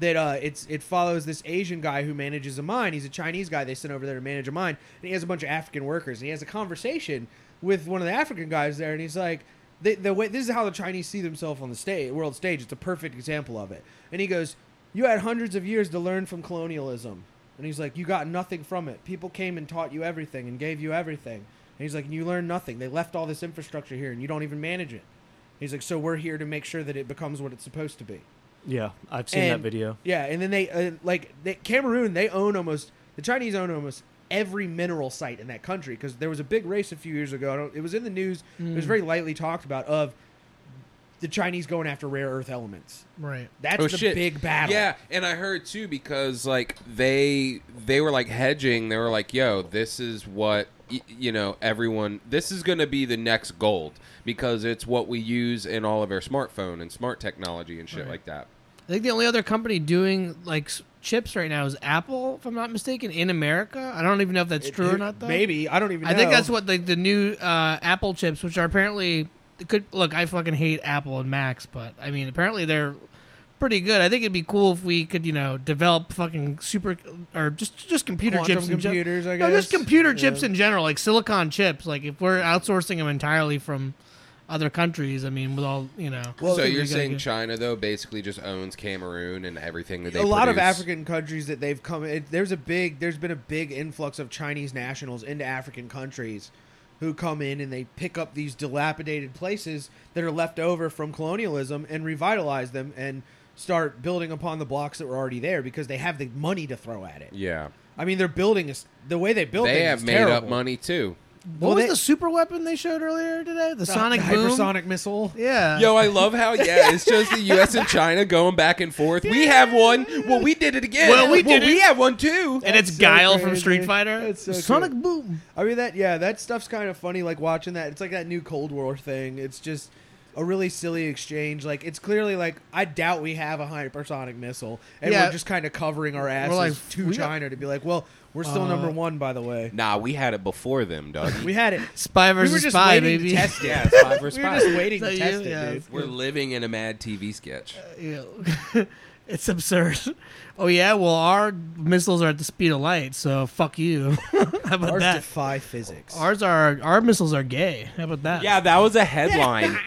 Speaker 3: that uh, it's it follows this Asian guy who manages a mine. He's a Chinese guy they sent over there to manage a mine, and he has a bunch of African workers. And he has a conversation with one of the African guys there, and he's like, the, "The way this is how the Chinese see themselves on the stage, world stage. It's a perfect example of it." And he goes, "You had hundreds of years to learn from colonialism." And he's like, You got nothing from it. People came and taught you everything and gave you everything. And he's like, and You learned nothing. They left all this infrastructure here and you don't even manage it. He's like, So we're here to make sure that it becomes what it's supposed to be.
Speaker 1: Yeah, I've seen that
Speaker 3: And-
Speaker 1: video.
Speaker 3: Yeah. And then they, uh, like, they, Cameroon, they own almost, the Chinese own almost every mineral site in that country because there was a big race a few years ago. I don't, it was in the news. It
Speaker 2: Mm.
Speaker 3: was very lightly talked about of the Chinese going after rare earth elements.
Speaker 2: Right.
Speaker 1: Oh,
Speaker 3: That's the big battle.
Speaker 4: Oh, Yeah, and I heard too because like they they were like hedging. They were like, "Yo, this is what y- you know. Everyone, this is going to be the next gold because it's what we use in all of our smartphone and smart technology and shit like that."
Speaker 2: I think the only other company doing like s- chips right now is Apple, if I'm not mistaken, in America. I don't even know if that's true or not. Though
Speaker 3: Maybe. I don't even
Speaker 2: I think
Speaker 3: know.
Speaker 2: that's what like the new uh, Apple chips, which are apparently it could look. I fucking hate Apple and Macs, but I mean, apparently they're pretty good. I think it'd be cool if we could, you know, develop fucking super or just just computer
Speaker 3: Quantum
Speaker 2: chips, in gen-
Speaker 3: computers, I
Speaker 2: No, just
Speaker 3: guess.
Speaker 2: computer
Speaker 3: Yeah.
Speaker 2: chips in general, like silicon chips. Like if we're outsourcing them entirely from other countries, I mean, with all you know.
Speaker 3: Well,
Speaker 4: so
Speaker 3: I think
Speaker 4: you're
Speaker 2: we gotta
Speaker 4: saying
Speaker 2: get-
Speaker 4: China though basically just owns Cameroon and everything that they
Speaker 3: a lot of
Speaker 4: produce?
Speaker 3: African countries that they've come. It, there's a big. There's been a big influx of Chinese nationals into African countries, who come in and they pick up these dilapidated places that are left over from colonialism and revitalize them and start building upon the blocks that were already there because they have the money to throw at it.
Speaker 4: Yeah,
Speaker 3: I mean, they're building is the way they build.
Speaker 4: they
Speaker 3: things
Speaker 4: have
Speaker 3: is
Speaker 4: made
Speaker 3: terrible.
Speaker 4: up money too.
Speaker 2: What
Speaker 3: Well,
Speaker 2: was
Speaker 3: they-
Speaker 2: the super weapon they showed earlier today? The
Speaker 3: The-
Speaker 2: sonic
Speaker 3: the
Speaker 2: boom.
Speaker 3: hypersonic missile.
Speaker 2: Yeah.
Speaker 4: Yo, I love how yeah, it's just the U.S. and China going back and forth. We have one. Well, we did it again.
Speaker 2: Well, we did
Speaker 4: well, we
Speaker 2: it.
Speaker 4: have one too.
Speaker 2: and it's
Speaker 3: That's so
Speaker 2: Guile from
Speaker 3: crazy.
Speaker 2: Street Fighter.
Speaker 3: That's so
Speaker 2: Sonic
Speaker 3: cool.
Speaker 2: Boom.
Speaker 3: I mean that yeah, that stuff's kind of funny like watching that. It's like that new Cold War thing. It's just a really silly exchange. Like it's clearly like I doubt we have a hypersonic missile and
Speaker 2: Yeah.
Speaker 3: we're just kind of covering our asses
Speaker 2: like,
Speaker 3: to
Speaker 2: we got-
Speaker 3: China to be like, "Well, we're still number 1 by the way."
Speaker 4: Nah, we had it before them, dog.
Speaker 3: We had it.
Speaker 2: Spy
Speaker 3: we
Speaker 2: versus
Speaker 3: were just
Speaker 2: Spy,
Speaker 3: waiting
Speaker 2: baby.
Speaker 3: to test it.
Speaker 4: yeah, it's five or
Speaker 3: we were
Speaker 4: spy.
Speaker 3: just waiting
Speaker 2: Is
Speaker 3: to
Speaker 2: that
Speaker 3: test
Speaker 2: you?
Speaker 3: it,
Speaker 2: Yeah,
Speaker 3: dude.
Speaker 2: it's-
Speaker 4: We're living in a mad TV sketch.
Speaker 2: Yeah. it's absurd. Oh yeah, well our missiles are at the speed of light, so fuck you. How about
Speaker 3: Ours
Speaker 2: that?
Speaker 3: defy physics.
Speaker 2: Ours are our missiles are gay. How about that?
Speaker 4: Yeah, that was a headline.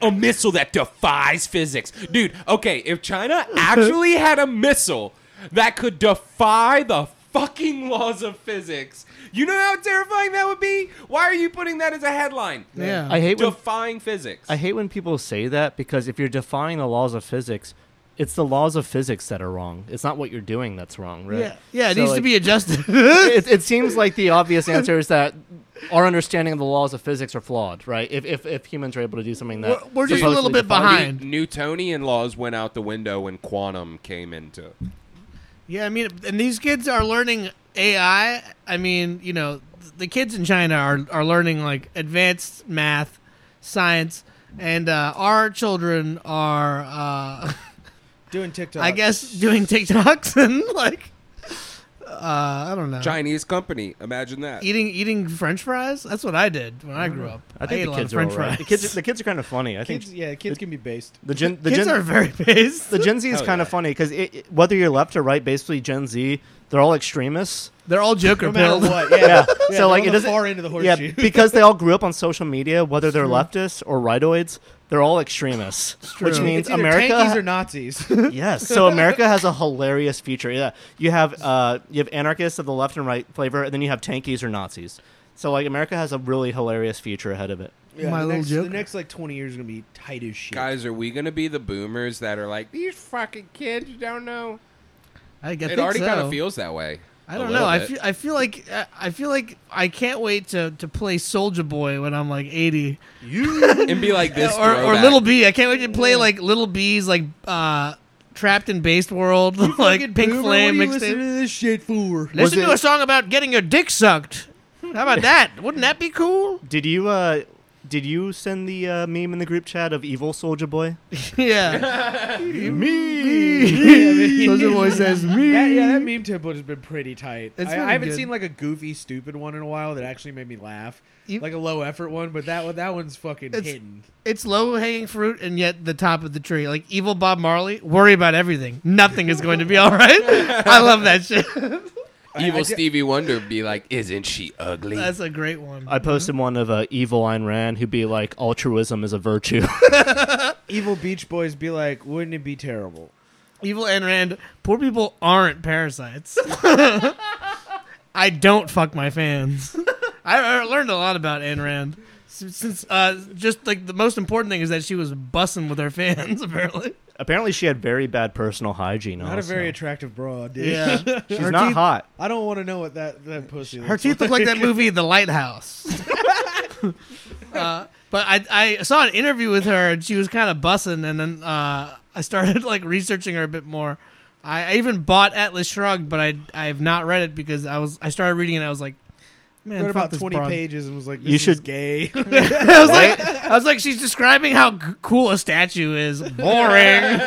Speaker 4: a missile that defies physics. Dude, okay, if China actually had a missile that could defy the fucking laws of physics, you know how terrifying that would be? Why are you putting that as a headline?
Speaker 2: Yeah.
Speaker 1: I hate when
Speaker 4: Defying physics.
Speaker 1: I hate when people say that because if you're defying the laws of physics, it's the laws of physics that are wrong. It's not what you're doing that's wrong, right?
Speaker 2: yeah. Yeah, it
Speaker 1: So,
Speaker 2: needs to
Speaker 1: like,
Speaker 2: be adjusted.
Speaker 1: it, it seems like the obvious answer is that our understanding of the laws of physics are flawed, right? If if, if humans are able to do something that
Speaker 2: We're- we're just a little
Speaker 1: supposedly
Speaker 2: bit
Speaker 1: defies-
Speaker 2: behind.
Speaker 4: New- Newtonian laws went out the window when quantum came into.
Speaker 3: Uh-huh.
Speaker 2: yeah, I mean and these kids are learning AI. I mean, you know, th- the kids in China are are learning like advanced math, science, and uh, our children are uh
Speaker 3: doing TikTok.
Speaker 2: I guess doing TikToks and like uh, I don't know.
Speaker 4: Chinese company. Imagine that.
Speaker 2: Eating eating French fries. That's what I did when I grew up.
Speaker 1: I
Speaker 2: ate
Speaker 1: think
Speaker 2: a
Speaker 1: the
Speaker 2: lot of
Speaker 1: kids are
Speaker 2: French
Speaker 1: all right.
Speaker 2: fries.
Speaker 1: The kids, the kids are kind of funny. I
Speaker 3: kids,
Speaker 1: think
Speaker 3: yeah, kids can be based.
Speaker 1: the gen the
Speaker 2: Kids
Speaker 1: gen,
Speaker 2: are very pissed.
Speaker 1: the Gen Z is
Speaker 4: Hell
Speaker 1: kind of
Speaker 4: yeah.
Speaker 1: funny because it, it- whether you're left or right, basically Gen Z, they're all extremists.
Speaker 2: They're all Joker
Speaker 3: No matter
Speaker 2: pilled.
Speaker 3: what, yeah.
Speaker 1: Yeah.
Speaker 3: Yeah,
Speaker 1: so like
Speaker 3: they're on
Speaker 1: it
Speaker 3: the
Speaker 1: doesn't
Speaker 3: far end of the
Speaker 1: Yeah,
Speaker 3: horseshoe.
Speaker 1: because they all grew up on social media, whether they're leftists or rightoids, they're all extremists, which
Speaker 2: true.
Speaker 1: means
Speaker 3: It's either tankies or
Speaker 1: America.
Speaker 3: Nazis.
Speaker 1: yes, so America has a hilarious feature. Yeah, you have uh, you have anarchists of the left and right flavor, and then you have tankies or Nazis. So like America has a really hilarious future ahead of it.
Speaker 3: Yeah,
Speaker 2: My
Speaker 3: the
Speaker 2: Little
Speaker 3: next,
Speaker 2: Joker.
Speaker 3: The next like twenty years are gonna be tight as shit.
Speaker 4: Guys, are we gonna be the boomers that are like these fucking kids don't know?
Speaker 2: I, I
Speaker 4: It
Speaker 2: think
Speaker 4: already
Speaker 2: so.
Speaker 4: kind of feels that way.
Speaker 2: I
Speaker 4: a
Speaker 2: don't
Speaker 4: little
Speaker 2: know. I
Speaker 4: bit.
Speaker 2: feel, I feel like I- I feel like I can't wait to, to play Soldier Boy when I'm like 80
Speaker 4: and be like this
Speaker 2: or, or
Speaker 4: throwback.
Speaker 2: Little B. I can't wait to play like Little B's like uh, Trapped in Based World like
Speaker 3: Fucking
Speaker 2: Pink
Speaker 3: boomer,
Speaker 2: Flame
Speaker 3: what are you
Speaker 2: mixtape.
Speaker 3: listening to this shit for?
Speaker 1: Was
Speaker 2: Listen to
Speaker 1: it-
Speaker 2: a song about getting your dick sucked. How about that? Wouldn't that be cool?
Speaker 1: Did you uh Did you send the uh, meme in the group chat of Evil Soldier Boy?
Speaker 2: yeah.
Speaker 1: me. Soldier Boy says me.
Speaker 3: That, yeah, that meme template has been pretty tight.
Speaker 2: It's
Speaker 3: I,
Speaker 2: been
Speaker 3: I haven't
Speaker 2: good.
Speaker 3: seen like a goofy, stupid one in a while that actually made me laugh.
Speaker 2: You-
Speaker 3: like a low effort one, but that one, that one's fucking
Speaker 2: It's-
Speaker 3: hidden.
Speaker 2: It's low hanging fruit and yet the top of the tree. Like evil Bob Marley, worry about everything. Nothing is going to be all right. I love that shit.
Speaker 4: Evil
Speaker 3: I- I-
Speaker 4: Stevie Wonder would be like, "Isn't she ugly?"
Speaker 2: That's a great one.
Speaker 1: I posted one of uh, Evil Ayn Rand who'd be like, altruism is a virtue.
Speaker 3: Evil Beach Boys be like, wouldn't it be terrible?
Speaker 2: Evil and Rand, poor people aren't parasites. I don't fuck my fans. I, I learned a lot about Ayn Rand. S- Since uh, just like the most important thing is that she was bussing with her fans, apparently.
Speaker 1: Apparently, she had very bad personal hygiene.
Speaker 3: Not a
Speaker 1: also.
Speaker 3: very attractive broad, dude.
Speaker 2: Yeah.
Speaker 1: She's
Speaker 3: her
Speaker 1: not
Speaker 3: teeth-
Speaker 1: hot.
Speaker 3: I don't want to know what that, that pussy
Speaker 2: Her
Speaker 3: looks
Speaker 2: teeth look like that movie, The Lighthouse. uh, but I, I saw an interview with her, and she was kind of bussing, and then uh, I started like researching her a bit more. I, I even bought Atlas Shrugged, but I I have not read it because I was I started reading it, and I was like, man,
Speaker 3: Read
Speaker 2: fuck
Speaker 3: about
Speaker 2: this
Speaker 3: 20
Speaker 2: broad.
Speaker 3: pages and was like, this
Speaker 1: You
Speaker 3: is
Speaker 1: should-
Speaker 3: gay.
Speaker 2: I was like, I was like, she's describing how g- cool a statue is. Boring.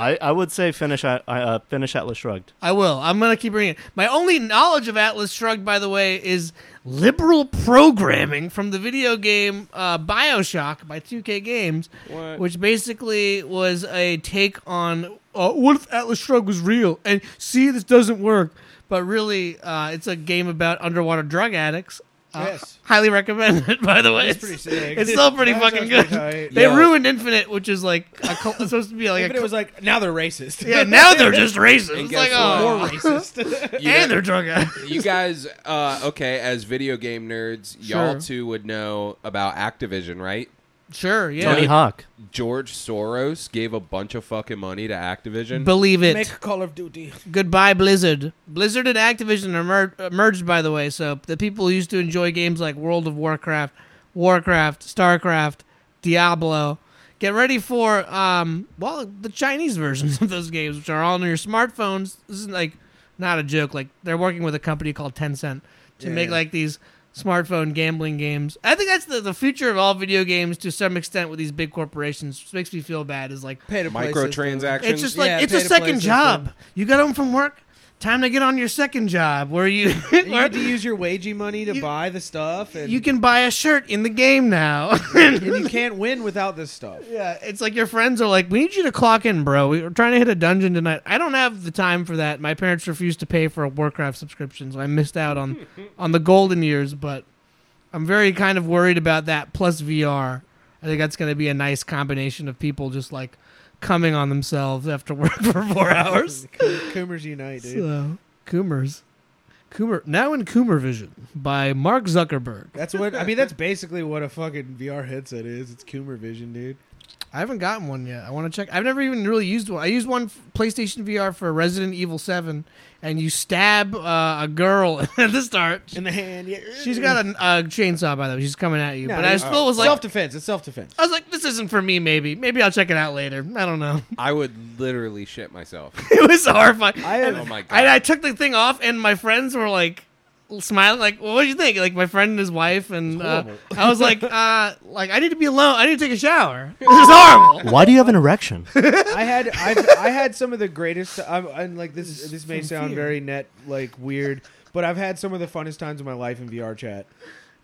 Speaker 1: I, I would say finish at I, uh, finish Atlas Shrugged.
Speaker 2: I will. I'm gonna keep reading. it. My only knowledge of Atlas Shrugged, by the way, is liberal programming from the video game uh, Bioshock by 2K Games,
Speaker 4: What?
Speaker 2: which basically was a take on uh, what if Atlas Shrugged was real and see this doesn't work, but really uh, it's a game about underwater drug addicts. Uh,
Speaker 3: Yes.
Speaker 2: Highly recommend it. By the way,
Speaker 3: That's pretty sick.
Speaker 2: It's still pretty
Speaker 3: That
Speaker 2: fucking
Speaker 3: sounds
Speaker 2: good.
Speaker 3: pretty tight.
Speaker 2: They
Speaker 4: Yo.
Speaker 2: ruined Infinite, which is like a cult, it's supposed to be like a
Speaker 3: Even it
Speaker 2: cult-
Speaker 3: was like, now they're racist.
Speaker 2: yeah. Now they're just racist.
Speaker 4: And
Speaker 2: It's
Speaker 4: guess
Speaker 2: like oh,
Speaker 4: what?
Speaker 2: more racist.
Speaker 4: you, know-
Speaker 2: and they're drug addicts.
Speaker 4: you guys, uh, okay, as video game nerds,
Speaker 2: Sure.
Speaker 4: y'all too would know about Activision, right?
Speaker 2: Sure, yeah.
Speaker 1: Tony Hawk.
Speaker 4: George Soros gave a bunch of fucking money to Activision.
Speaker 2: Believe it.
Speaker 3: Make Call of Duty.
Speaker 2: Goodbye, Blizzard. Blizzard and Activision are mer- uh, merged, by the way. So the people who used to enjoy games like World of Warcraft, Warcraft, Starcraft, Diablo, get ready for um, well, the Chinese versions of those games, which are all on your smartphones. This is like not a joke. Like they're working with a company called Tencent to
Speaker 3: Yeah,
Speaker 2: make
Speaker 3: yeah.
Speaker 2: like these smartphone gambling games. I think that's the, the future of all video games to some extent with these big corporations. Which makes me feel bad is like
Speaker 3: Pay to play system.
Speaker 4: Microtransactions.
Speaker 2: It's just like
Speaker 3: Yeah,
Speaker 2: it's a
Speaker 3: pay to play
Speaker 2: second
Speaker 3: system.
Speaker 2: job. You got home from work, time to get on your second job where you
Speaker 3: You
Speaker 2: where
Speaker 3: had to use your wagey money to
Speaker 2: You-
Speaker 3: buy the stuff, and
Speaker 2: you can buy a shirt in the game now.
Speaker 3: and you can't win without this stuff.
Speaker 2: yeah, it's like your friends are like, "We need you to clock in, bro. We- We're trying to hit a dungeon tonight." I don't have the time for that. My parents refused to pay for a Warcraft subscription, so I missed out on on the golden years, but I'm very kind of worried about that plus VR. I think that's going to be a nice combination of people just like coming on themselves after work for 4 hours.
Speaker 3: Coomers unite, dude.
Speaker 2: So, Coomers. Coomer now in Coomer Vision by Mark Zuckerberg.
Speaker 3: That's what I mean. That's basically what a fucking VR headset is. It's Coomer Vision, dude.
Speaker 2: I haven't gotten one yet. I want to check. I've never even really used one. I used one f- PlayStation VR for Resident Evil Seven, and you stab uh, a girl at the start.
Speaker 3: In the hand, yeah.
Speaker 2: She's got a, a chainsaw by the way. She's coming at you.
Speaker 3: No,
Speaker 2: but I
Speaker 3: you-
Speaker 2: still was like,
Speaker 3: self defense. It's self defense.
Speaker 2: I was like, this isn't for me. Maybe, maybe I'll check it out later. I don't know.
Speaker 4: I would literally shit myself.
Speaker 2: it was horrifying.
Speaker 3: I
Speaker 4: oh
Speaker 3: have,
Speaker 4: my god!
Speaker 2: I, I took the thing off, and my friends were like smiling, like, "What do you think?" Like my friend and his wife, and uh,
Speaker 3: horrible.
Speaker 2: I was like, uh, "Like I need to be alone. I need to take a shower. This is horrible."
Speaker 1: Why do you have an erection?
Speaker 3: I had, I've, I had some of the greatest. I'm, and like this, this may sound very net like weird, but I've had some of the funnest times of my life in VR chat.